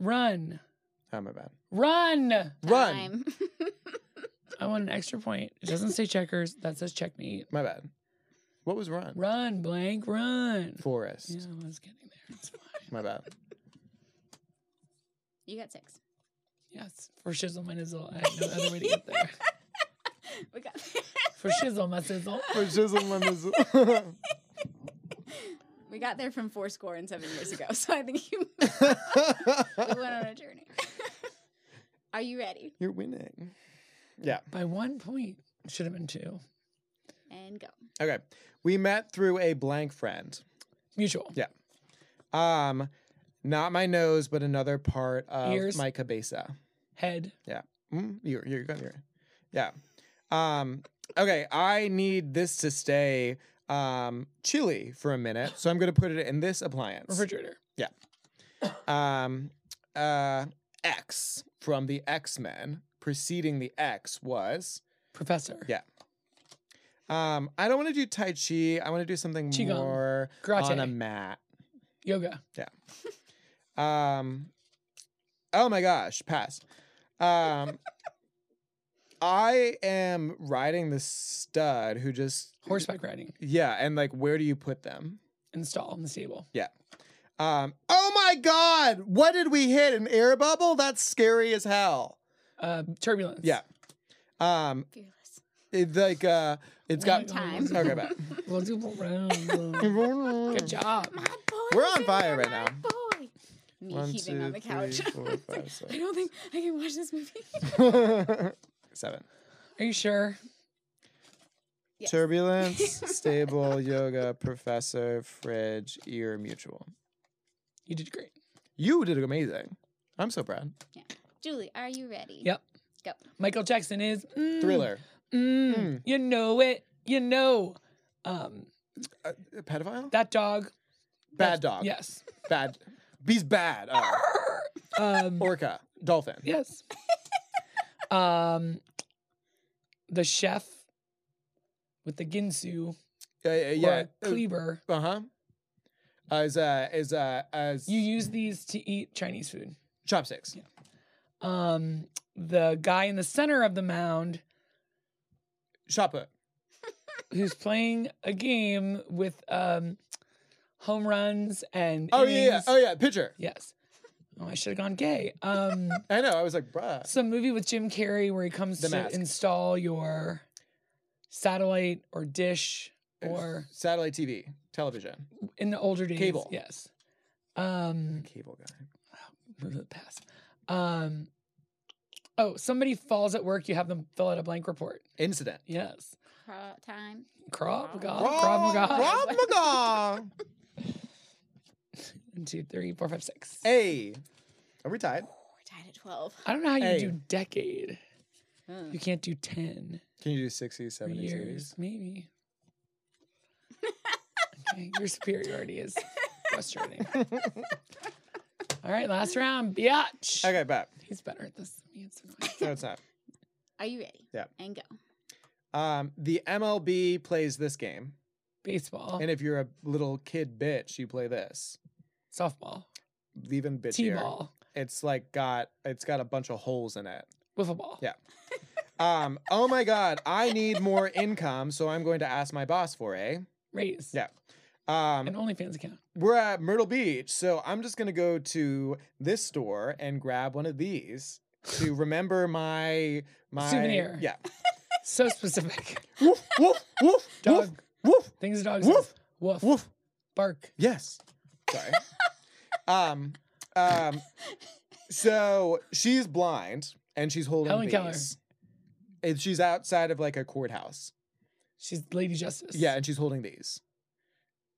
Speaker 3: run,
Speaker 1: Oh my bad.
Speaker 3: run!
Speaker 1: Run.
Speaker 4: Time. <laughs>
Speaker 3: I want an extra point. It doesn't say checkers. That says checkmate.
Speaker 1: My bad. What was run?
Speaker 3: Run, blank, run.
Speaker 1: Forest.
Speaker 3: Yeah, I was getting there. It's fine.
Speaker 1: My bad.
Speaker 4: You got six.
Speaker 3: Yes, for shizzle my nizzle. I had no other way to
Speaker 1: <laughs>
Speaker 3: get there.
Speaker 4: We <laughs> got.
Speaker 3: For shizzle my sizzle.
Speaker 1: For shizzle Oh, my
Speaker 3: <laughs>
Speaker 1: nizzle. <laughs>
Speaker 4: we got there from four score and seven years ago. <laughs> So I think you we went on a journey. <laughs> are you ready?
Speaker 1: You're winning. Yeah.
Speaker 3: By one point, should have been two.
Speaker 4: And go.
Speaker 1: Okay. We met through a blank friend.
Speaker 3: Mutual.
Speaker 1: Um, not my nose, but another part of
Speaker 3: Ears.
Speaker 1: my cabeza.
Speaker 3: Head.
Speaker 1: Mm, you're you're good. You're, yeah. Um. Okay. I need this to stay um chilly for a minute, so I'm gonna put it in this appliance.
Speaker 3: Refrigerator.
Speaker 1: um. Uh. X from the X Men. Preceding the X was.
Speaker 3: Professor.
Speaker 1: Yeah. Um. I don't want to do tai chi. I want to do something
Speaker 3: Qigong.
Speaker 1: more
Speaker 3: Karate.
Speaker 1: on a mat.
Speaker 3: Yoga.
Speaker 1: Um, oh my gosh, pass.
Speaker 3: <laughs>
Speaker 1: Um, I am riding this stud who just
Speaker 3: Horseback riding.
Speaker 1: yeah, and like, where do you put them?
Speaker 3: Install in the stable.
Speaker 1: Um, oh my god, what did we hit? An air bubble? That's scary as hell.
Speaker 3: Uh, turbulence.
Speaker 1: Yeah. Um,
Speaker 4: Fearless.
Speaker 1: it's like uh,
Speaker 4: Oh
Speaker 1: it's got
Speaker 4: Time.
Speaker 1: okay,
Speaker 4: <laughs>
Speaker 1: bye.
Speaker 3: Multiple rounds. Good
Speaker 1: We're
Speaker 3: job.
Speaker 4: My boy.
Speaker 1: We're on
Speaker 4: is in
Speaker 1: fire
Speaker 4: there,
Speaker 1: right now.
Speaker 4: my Boy. Me
Speaker 1: One,
Speaker 4: heaving
Speaker 1: two,
Speaker 4: on the couch. <laughs>
Speaker 1: three, four,
Speaker 4: It's like,
Speaker 1: five, six.
Speaker 4: I don't think I can watch this movie.
Speaker 1: <laughs> Seven.
Speaker 3: Are you sure?
Speaker 4: Yes.
Speaker 1: Turbulence,
Speaker 4: <laughs>
Speaker 1: stable, yoga, professor, fridge, ear, mutual.
Speaker 3: You did great.
Speaker 1: You did amazing. I'm so proud.
Speaker 4: <laughs> Julie, are you ready?
Speaker 3: Yep.
Speaker 4: Go.
Speaker 3: Michael Jackson is mm,
Speaker 1: Thriller.
Speaker 3: mm,
Speaker 1: Mm.
Speaker 3: You know it. You know. Um,
Speaker 4: Mm.
Speaker 1: Uh, pedophile?
Speaker 3: that dog.
Speaker 1: bad dog.
Speaker 3: Yes.
Speaker 1: Bad. He's bad.
Speaker 4: <coughs>
Speaker 1: Uh, <laughs>
Speaker 3: Um,
Speaker 1: orca. Dolphin.
Speaker 3: yes. Um, the chef with the ginsu
Speaker 1: Uh, uh, yeah.
Speaker 3: or cleaver.
Speaker 1: Uh huh. As uh as uh as
Speaker 3: You use these to eat Chinese food.
Speaker 1: chopsticks.
Speaker 3: Um, the guy in the center of the mound
Speaker 1: Shot put.
Speaker 3: who's playing a game with um, home runs and
Speaker 1: Oh yeah, yeah.
Speaker 3: innings.
Speaker 1: Oh yeah. Pitcher.
Speaker 3: yes. Oh, I should have gone gay. Um,
Speaker 1: <laughs> I know. I was like, bruh.
Speaker 3: some movie with Jim Carrey where he comes
Speaker 1: The
Speaker 3: to
Speaker 1: Mask.
Speaker 3: install your satellite or dish or
Speaker 1: satellite TV, television,
Speaker 3: in the older days.
Speaker 1: Cable.
Speaker 3: Yes. Um,
Speaker 1: cable guy.
Speaker 3: pass. Um, oh, somebody falls at work. You have them fill out a blank report.
Speaker 1: Incident.
Speaker 3: Yes.
Speaker 4: Crawl time.
Speaker 3: Crop, God, crop,
Speaker 1: Oh, Krav-
Speaker 3: God.
Speaker 1: <laughs> Krav Maga.
Speaker 3: One, two, three, four, five, six.
Speaker 1: Hey, are we tied?
Speaker 4: We're tied at 12.
Speaker 3: I don't know how you
Speaker 1: Hey.
Speaker 3: do decade.
Speaker 4: Mm.
Speaker 3: You can't do 10
Speaker 1: Can you do 60s,
Speaker 3: for
Speaker 1: 70s,
Speaker 3: years, maybe. okay, your superiority is
Speaker 1: <laughs>
Speaker 3: frustrating. All right, last round. Biatch.
Speaker 1: 80s? Okay, bet.
Speaker 3: He's better at this than me. It's annoying.
Speaker 1: No, it's not.
Speaker 4: Are you ready?
Speaker 1: Yeah.
Speaker 4: And go.
Speaker 1: Um, the MLB plays this game,
Speaker 3: Baseball,
Speaker 1: and if you're a little kid bitch, you play this.
Speaker 3: softball,
Speaker 1: Even bitchier.
Speaker 3: t ball,
Speaker 1: It's like got it's got a bunch of holes in it.
Speaker 3: wiffle ball.
Speaker 1: Yeah. Um, oh my god, I need more income, so I'm going to ask my boss for a
Speaker 3: Raise.
Speaker 1: yeah. Um,
Speaker 3: An OnlyFans account.
Speaker 1: we're at Myrtle Beach, so I'm just gonna go to this store and grab one of these
Speaker 3: <laughs>
Speaker 1: to remember my my
Speaker 3: Souvenir. <laughs>
Speaker 1: Yeah. <laughs>
Speaker 3: So specific.
Speaker 1: Woof woof woof woof
Speaker 3: Dog.
Speaker 1: woof
Speaker 3: Things dogs.
Speaker 1: Woof.
Speaker 3: Woof.
Speaker 1: woof.
Speaker 3: Bark.
Speaker 1: Yes. Sorry. um, um. So she's blind and she's holding
Speaker 3: Helen Keller.
Speaker 1: these. And she's outside of like a courthouse.
Speaker 3: She's Lady Justice.
Speaker 1: Yeah, and she's holding these.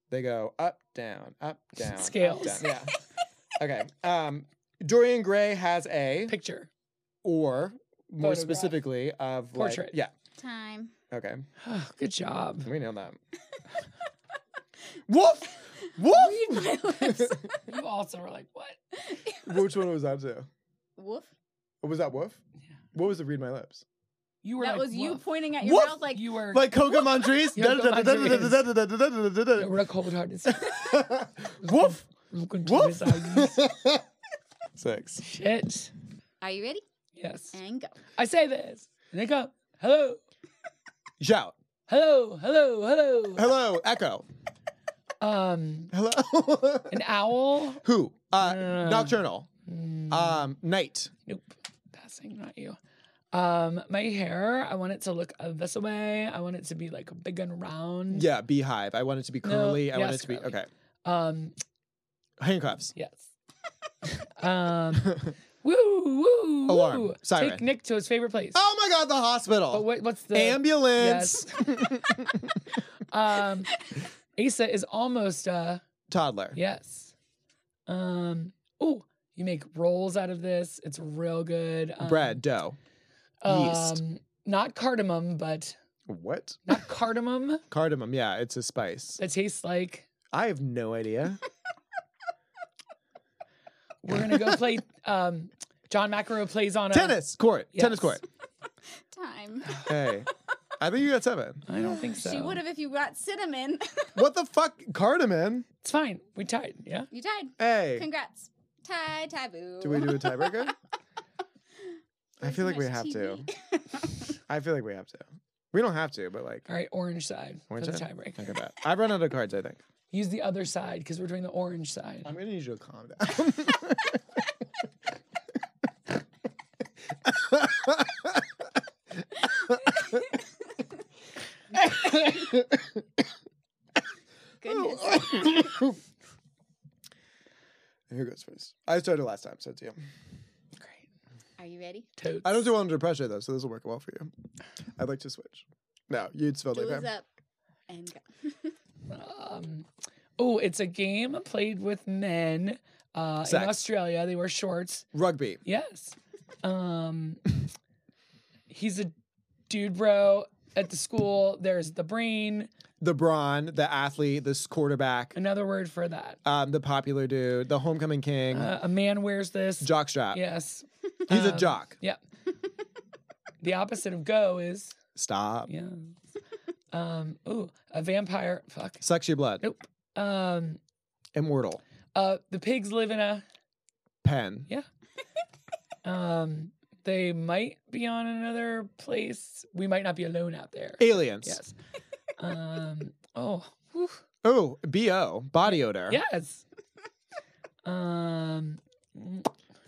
Speaker 1: They go up, down,
Speaker 3: <laughs>
Speaker 1: up, down,
Speaker 3: Scales.
Speaker 1: Up, down. Yeah. Okay. Um, Dorian Gray has a
Speaker 3: Picture.
Speaker 1: or more
Speaker 3: Photograph.
Speaker 1: specifically of like-
Speaker 3: Portrait.
Speaker 1: yeah.
Speaker 4: <laughs> Time.
Speaker 1: Okay.
Speaker 3: Oh, Good job.
Speaker 1: We nailed
Speaker 3: <laughs>
Speaker 1: that. Woof. Woof.
Speaker 4: Read my lips.
Speaker 3: You also were like, what?
Speaker 1: <laughs> Which one was that too?
Speaker 4: Woof.
Speaker 1: Was that woof?
Speaker 3: Yeah.
Speaker 1: What was the read my lips?
Speaker 3: You were
Speaker 4: That
Speaker 3: like,
Speaker 4: was you
Speaker 3: woof.
Speaker 4: pointing at your
Speaker 1: Woof.
Speaker 4: mouth like
Speaker 3: you were
Speaker 1: Like Coca
Speaker 3: <laughs>
Speaker 1: Montrese? <laughs>
Speaker 3: Yeah, you
Speaker 1: Da-da-da-da-da-da-da-da-da-da-da-da-da-da-da.
Speaker 3: were cold hearted.
Speaker 1: Woof.
Speaker 3: Look into his
Speaker 1: Woof.
Speaker 3: eyes.
Speaker 1: <laughs> Six.
Speaker 3: Shit.
Speaker 4: Are you ready?
Speaker 3: Yes.
Speaker 4: And go.
Speaker 3: I say this. And they go, hello,
Speaker 1: Shout.
Speaker 3: hello, hello, hello.
Speaker 1: Hello, Echo.
Speaker 3: Um,
Speaker 1: Hello. <laughs>
Speaker 3: an owl.
Speaker 1: Who? Uh,
Speaker 3: Uh,
Speaker 1: Nocturnal.
Speaker 3: Mm,
Speaker 1: Um, night.
Speaker 3: nope. Passing, not you. Um, my hair, I want it to look uh, this way. I want it to be like big and round.
Speaker 1: Yeah, beehive. I want it to be
Speaker 3: Mm-hmm. No,
Speaker 1: curly. I want
Speaker 3: yes,
Speaker 1: it to be
Speaker 3: curly.
Speaker 1: okay.
Speaker 3: Um,
Speaker 1: Handcuffs. <laughs> Oh
Speaker 3: yes. <laughs> um, woo, woo,
Speaker 1: Alarm.
Speaker 3: woo. Take
Speaker 1: Siren.
Speaker 3: Nick to his favorite place.
Speaker 1: Oh my god, the hospital.
Speaker 3: But what, what's the
Speaker 1: Ambulance.
Speaker 3: <laughs> Um, Asa is almost uh
Speaker 1: <laughs> Toddler.
Speaker 3: yes. Um, oh, you make rolls out of this. It's real good. Um,
Speaker 1: Bread, dough. yeast.
Speaker 3: Um, not cardamom, but
Speaker 1: What? <laughs>
Speaker 3: not cardamom
Speaker 1: Cardamom. Yeah, it's a spice.
Speaker 3: that tastes like
Speaker 1: I have no
Speaker 3: <laughs>
Speaker 1: idea.
Speaker 3: we're
Speaker 1: <laughs>
Speaker 3: gonna go play. Um, John McEnroe plays on a,
Speaker 1: Tennis court. Tennis
Speaker 3: Yes. <laughs>
Speaker 1: court.
Speaker 4: Time.
Speaker 1: Hey. I think you got seven.
Speaker 3: I don't think so.
Speaker 4: She would have if you got cinnamon. <laughs>
Speaker 1: What the fuck? Cardamon?
Speaker 3: It's fine. We tied. Yeah.
Speaker 4: you died.
Speaker 1: Hey.
Speaker 4: Congrats. Tie taboo.
Speaker 1: Do we
Speaker 4: <laughs>
Speaker 1: do a
Speaker 3: <laughs>
Speaker 1: tiebreaker? I
Speaker 4: There's
Speaker 1: feel like
Speaker 4: so
Speaker 1: we
Speaker 4: much
Speaker 1: have to.
Speaker 4: TV.
Speaker 1: <laughs> I feel like we have to. We don't have to, but like,
Speaker 3: All right. Orange side
Speaker 1: Orange
Speaker 3: for the
Speaker 1: side?
Speaker 3: tiebreaker.
Speaker 1: think about it. I've run out of cards, I think.
Speaker 3: Use the other side because we're doing the orange side.
Speaker 1: I'm gonna need you to calm down.
Speaker 4: Goodness.
Speaker 1: <laughs> Here goes first. I started last time, so it's you.
Speaker 3: Great.
Speaker 4: Are you ready?
Speaker 3: Totes.
Speaker 1: I don't do well under pressure though, so this will work well for you. I'd like to switch. No, you'd spell like
Speaker 4: Doors
Speaker 1: that.
Speaker 4: up and go.
Speaker 3: Um, oh, it's a game played with men uh, in
Speaker 1: Sex.
Speaker 3: Australia. They wear shorts.
Speaker 1: Rugby.
Speaker 3: Yes. Um, he's a dude, bro. At the school, there's the brain.
Speaker 1: The brawn, the athlete, this quarterback,
Speaker 3: Another word for that.
Speaker 1: um, the popular dude, the homecoming king,
Speaker 3: Uh, a man wears this.
Speaker 1: jock strap.
Speaker 3: Yes.
Speaker 1: He's a
Speaker 3: Um,
Speaker 1: jock.
Speaker 3: Yep. the opposite of go is
Speaker 1: Stop.
Speaker 3: yeah. Um, ooh, a vampire. Fuck.
Speaker 1: Sucks your blood.
Speaker 3: Nope. Um,
Speaker 1: Immortal.
Speaker 3: uh, the pigs live in a.
Speaker 1: Pen.
Speaker 3: Um, they might be on another place. We might not be alone out there.
Speaker 1: Aliens.
Speaker 3: Yes. Um. Oh. whew.
Speaker 1: Oh, BO, body odor.
Speaker 3: Yes. Um.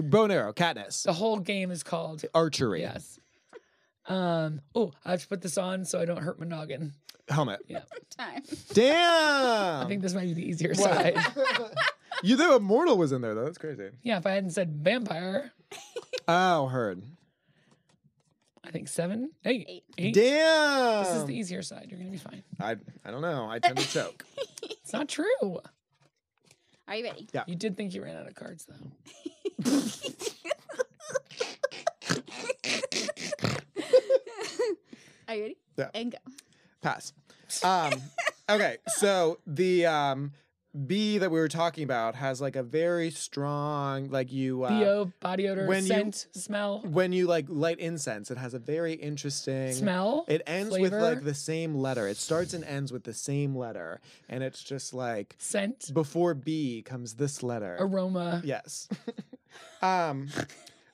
Speaker 1: Bone arrow, Katniss.
Speaker 3: The whole game is called.
Speaker 1: Archery.
Speaker 3: Oh. Yes. Um. Oh, I have to put this on so I don't hurt my noggin. <laughs>
Speaker 1: Helmet.
Speaker 4: Time.
Speaker 1: Damn.
Speaker 3: I think this might be the easier
Speaker 1: Wow.
Speaker 3: side.
Speaker 1: <laughs> you knew immortal was in there though. That's crazy.
Speaker 3: Yeah. If I hadn't said vampire,
Speaker 1: Oh, heard.
Speaker 3: I think seven, eight,
Speaker 4: Eight.
Speaker 3: eight.
Speaker 1: Damn.
Speaker 3: This is the easier side. You're gonna be fine.
Speaker 1: I I don't know.
Speaker 3: <laughs>
Speaker 1: I tend to choke.
Speaker 3: It's not true.
Speaker 4: Are you <laughs> ready?
Speaker 3: You did think you ran out of cards though.
Speaker 4: Are you ready?
Speaker 1: Yeah.
Speaker 4: And go.
Speaker 1: Pass. Um, <laughs> okay, so the um, bee that we were talking about has like a very strong, like you uh,
Speaker 3: Bo body odor,
Speaker 1: when you-
Speaker 3: scent, smell,
Speaker 1: when you like light incense, it has a very interesting
Speaker 3: smell.
Speaker 1: It ends with
Speaker 3: flavor.
Speaker 1: like the same letter. It starts and ends with the same letter, and it's just like
Speaker 3: scent,
Speaker 1: before B comes this letter.
Speaker 3: aroma.
Speaker 1: Yes. um,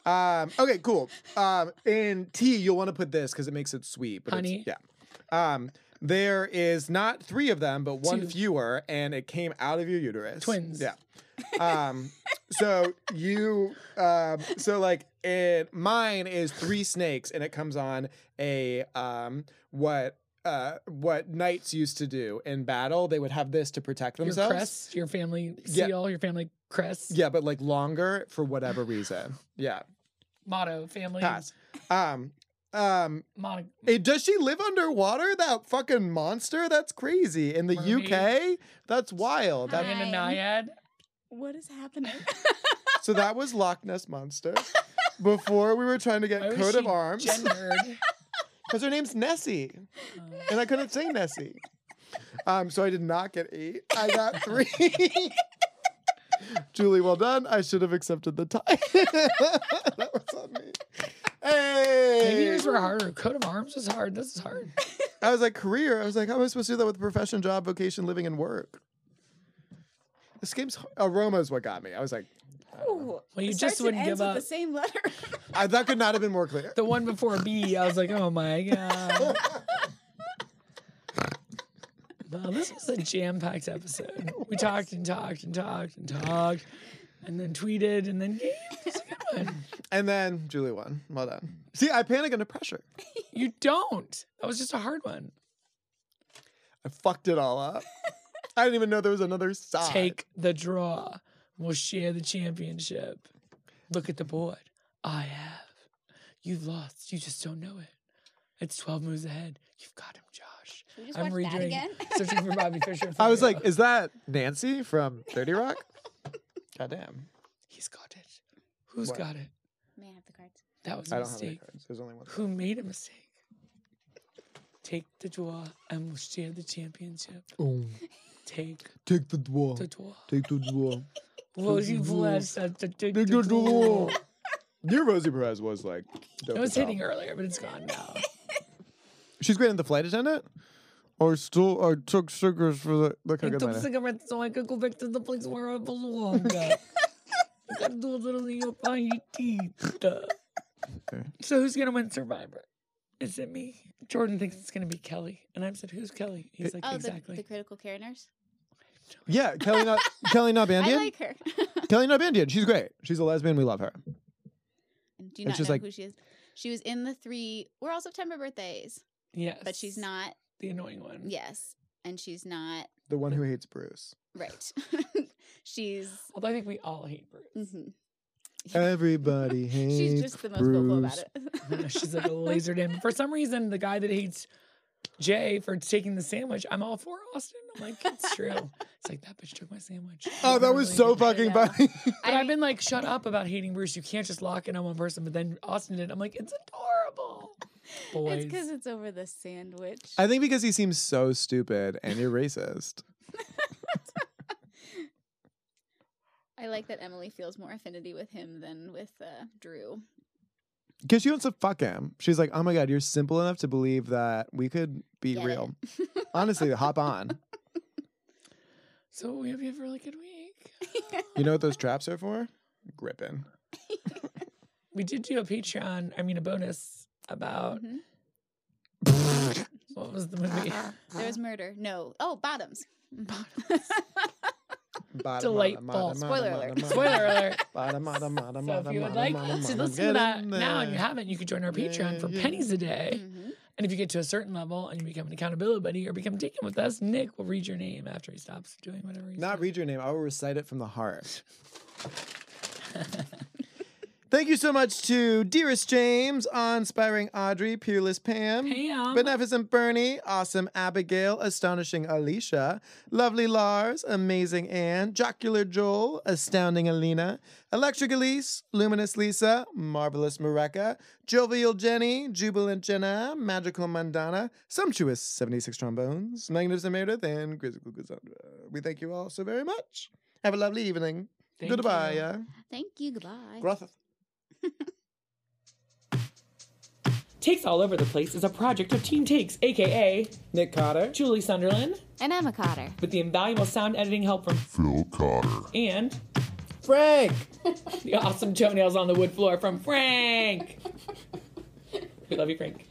Speaker 1: um, okay, cool. Um, in tea, you'll want to put this because it makes it sweet. But it's-
Speaker 3: Honey.
Speaker 1: yeah. Um, There is not three of them, but one
Speaker 3: Two.
Speaker 1: fewer, and it came out of your uterus.
Speaker 3: Twins.
Speaker 1: Yeah. Um, so you, um, so like, it, mine is three snakes, and it comes on a um, what uh, what knights used to do in battle. They would have this to protect
Speaker 3: Your
Speaker 1: themselves.
Speaker 3: crest, your family
Speaker 1: Yeah.
Speaker 3: seal, your family crest.
Speaker 1: Yeah, but like longer for whatever
Speaker 3: <sighs>
Speaker 1: reason. Yeah,
Speaker 3: Motto, family.
Speaker 1: pass. Um, um,
Speaker 3: Mon-
Speaker 1: Hey, does she live underwater? That fucking monster? That's crazy. In the UK? That's wild. That-
Speaker 4: Hi.
Speaker 3: Diana Naiad.
Speaker 2: What is happening?
Speaker 4: <laughs>
Speaker 1: so that was Loch Ness
Speaker 3: <laughs>
Speaker 1: Monster. Before we were trying to
Speaker 3: Why
Speaker 1: get
Speaker 3: was
Speaker 1: coat of
Speaker 3: Oh, she
Speaker 1: arms. <laughs>
Speaker 3: Gendered. Um,
Speaker 1: Because her name's Nessie. And I couldn't say Nessie. Um, so I did not get eight. I
Speaker 3: <laughs>
Speaker 1: got three. <laughs> Julie, well done. I should have accepted the tie. <laughs> that was on me.
Speaker 3: Maybe
Speaker 1: Hey!
Speaker 3: yours were harder. Coat of arms was hard. This is hard.
Speaker 1: I was like, career. I was like, how am I supposed to do that with profession, job, vocation, living, and work? This game's h- aroma is what got me. I was like,
Speaker 2: well,
Speaker 3: Well, you just wouldn't give up.
Speaker 2: the same
Speaker 1: <laughs>
Speaker 2: letter.
Speaker 1: I, that could not have been more <laughs> clear.
Speaker 3: The one before B, I was like, oh my god. Well, this was a jam-packed episode. We talked and talked and talked and talked, and then tweeted and then gamed. It's a good one.
Speaker 1: And then Julie won. Well done. See, I panic under pressure.
Speaker 3: You don't. That was just a hard one.
Speaker 1: I fucked it all <laughs> up. I didn't even know there was another side.
Speaker 3: Take the draw. We'll share the championship. Look at the board. I have. You've lost. You just don't know it. It's 12 moves ahead. You've got him, Josh.
Speaker 4: Should we just
Speaker 3: I'm
Speaker 4: watch that
Speaker 3: redoing
Speaker 4: again?
Speaker 3: Searching for Bobby Fisher.
Speaker 1: I was
Speaker 3: formula.
Speaker 1: like, is that Nancy from 30 Rock? <laughs> Goddamn.
Speaker 3: he's got it. Who's
Speaker 1: What?
Speaker 3: got it?
Speaker 4: <laughs> May I have the cards?
Speaker 3: That was a
Speaker 1: I don't have any
Speaker 3: mistake.
Speaker 1: cards. There's only one.
Speaker 3: Who made a mistake? Take the draw and we'll share the championship. Take
Speaker 1: Take the dwarf.
Speaker 3: the draw.
Speaker 1: Take the dwarf.
Speaker 3: Rosie
Speaker 1: draw.
Speaker 3: Perez has to take the
Speaker 1: Take the
Speaker 3: draw.
Speaker 1: dwarf. Your Rosie Perez was like, dope
Speaker 3: It was
Speaker 1: as hell.
Speaker 3: hitting earlier, but it's
Speaker 1: <laughs>
Speaker 3: gone now.
Speaker 1: She's great at the flight attendant. Or still, or took sugars for the. Look how
Speaker 3: I
Speaker 1: good
Speaker 3: took
Speaker 1: mine is.
Speaker 3: cigarettes so I could go back to the place where I <laughs> belong. I gotta do a little thing by your teeth. So who's gonna win Survivor? Is it me? Jordan thinks it's gonna be Kelly, and I said, "Who's Kelly?" He's like,
Speaker 4: Oh,
Speaker 3: "Exactly."
Speaker 4: the, the critical care nurse.
Speaker 1: Yeah, Kelly not Kelly not
Speaker 4: <laughs> I
Speaker 1: Bandian.
Speaker 4: like her. <laughs>
Speaker 1: Kelly not Bandian. She's great. She's a lesbian. We love her.
Speaker 4: Do you not
Speaker 1: she's
Speaker 4: know
Speaker 1: like-
Speaker 4: who she is? She was in the three. We're all September birthdays,
Speaker 3: yes,
Speaker 4: but she's not.
Speaker 3: the annoying one.
Speaker 4: Yes, and she's not
Speaker 1: The one who hates Bruce.
Speaker 4: right. <laughs> she's.
Speaker 3: Although I think we all hate Bruce.
Speaker 4: <laughs> mhm.
Speaker 1: Everybody hates.
Speaker 4: <laughs> She's just the most vocal about
Speaker 3: <laughs>
Speaker 4: it.
Speaker 3: she's like a laser dim. For some reason, the guy that hates Jay for taking the sandwich, I'm all for Austin. I'm like, it's
Speaker 4: <laughs>
Speaker 3: true. It's like that bitch took my sandwich.
Speaker 1: Oh, that was so
Speaker 3: Literally.
Speaker 1: fucking
Speaker 4: know.
Speaker 1: funny. <laughs>
Speaker 3: But I
Speaker 4: <laughs> I
Speaker 3: have been like, shut up about hating Bruce. You can't just lock in on one person. But then Austin did. I'm like, it's adorable. Boys.
Speaker 4: <laughs> It's because it's over the sandwich.
Speaker 1: I think because he seems so stupid and you're racist.
Speaker 4: I like that Emily feels more affinity with him than with uh, Drew.
Speaker 1: Because she wants to fuck him. She's like, oh my God, you're simple enough to believe that we could be
Speaker 4: Get it. <laughs>
Speaker 1: real. Honestly, hop on.
Speaker 3: so we hope you have a really good
Speaker 4: <laughs>
Speaker 3: week.
Speaker 1: You know what those traps are for? Gripping.
Speaker 3: We did do a Patreon, I mean, a bonus about
Speaker 4: Mhm. Mm-hmm.
Speaker 3: what was the movie?
Speaker 4: There was murder. No. Oh, bottoms.
Speaker 3: Delightful.
Speaker 4: Spoiler alert.
Speaker 3: Spoiler alert. <laughs> So
Speaker 1: alert.
Speaker 3: if you would like to listen to that now and you haven't, you could join our Patreon for
Speaker 1: Yeah, yeah.
Speaker 3: pennies a day.
Speaker 4: Mhm.
Speaker 3: And if you get to a certain level and you become an accountability buddy or become taken with us, Nick will read your name after he stops doing whatever he's
Speaker 1: Not
Speaker 3: doing.
Speaker 1: read your name. I will recite it from the
Speaker 3: <laughs>
Speaker 1: heart. Thank you so much to Dearest James, Awe Inspiring Audrey, Peerless Pam,
Speaker 3: Pam.
Speaker 1: Beneficent Bernie, Awesome Abigail, Astonishing Alicia, Lovely Lars, Amazing Anne, Jocular Joel, Astounding Alina, Electric Elise, Luminous Lisa, Marvelous Mareka, Jovial Jenny, Jubilant Jenna, Magical Mandana, Sumptuous 76 Trombones, Magnificent Meredith, and Grizzly Cassandra. We thank you all so very much. Have a lovely evening.
Speaker 3: Thank
Speaker 1: Goodbye.
Speaker 3: you.
Speaker 1: yeah.
Speaker 4: <laughs> Thank you. Goodbye.
Speaker 1: Gracias.
Speaker 3: Takes All Over the Place is a project of Team Takes, aka
Speaker 1: Nick Cotter.
Speaker 3: Julie Sunderland,
Speaker 4: And I'm a cotter.
Speaker 3: with the invaluable sound editing help from
Speaker 5: Phil Cotter.
Speaker 3: and <laughs>
Speaker 1: Frank. <laughs>
Speaker 3: the awesome toenails on the wood floor from Frank. we love you, Frank.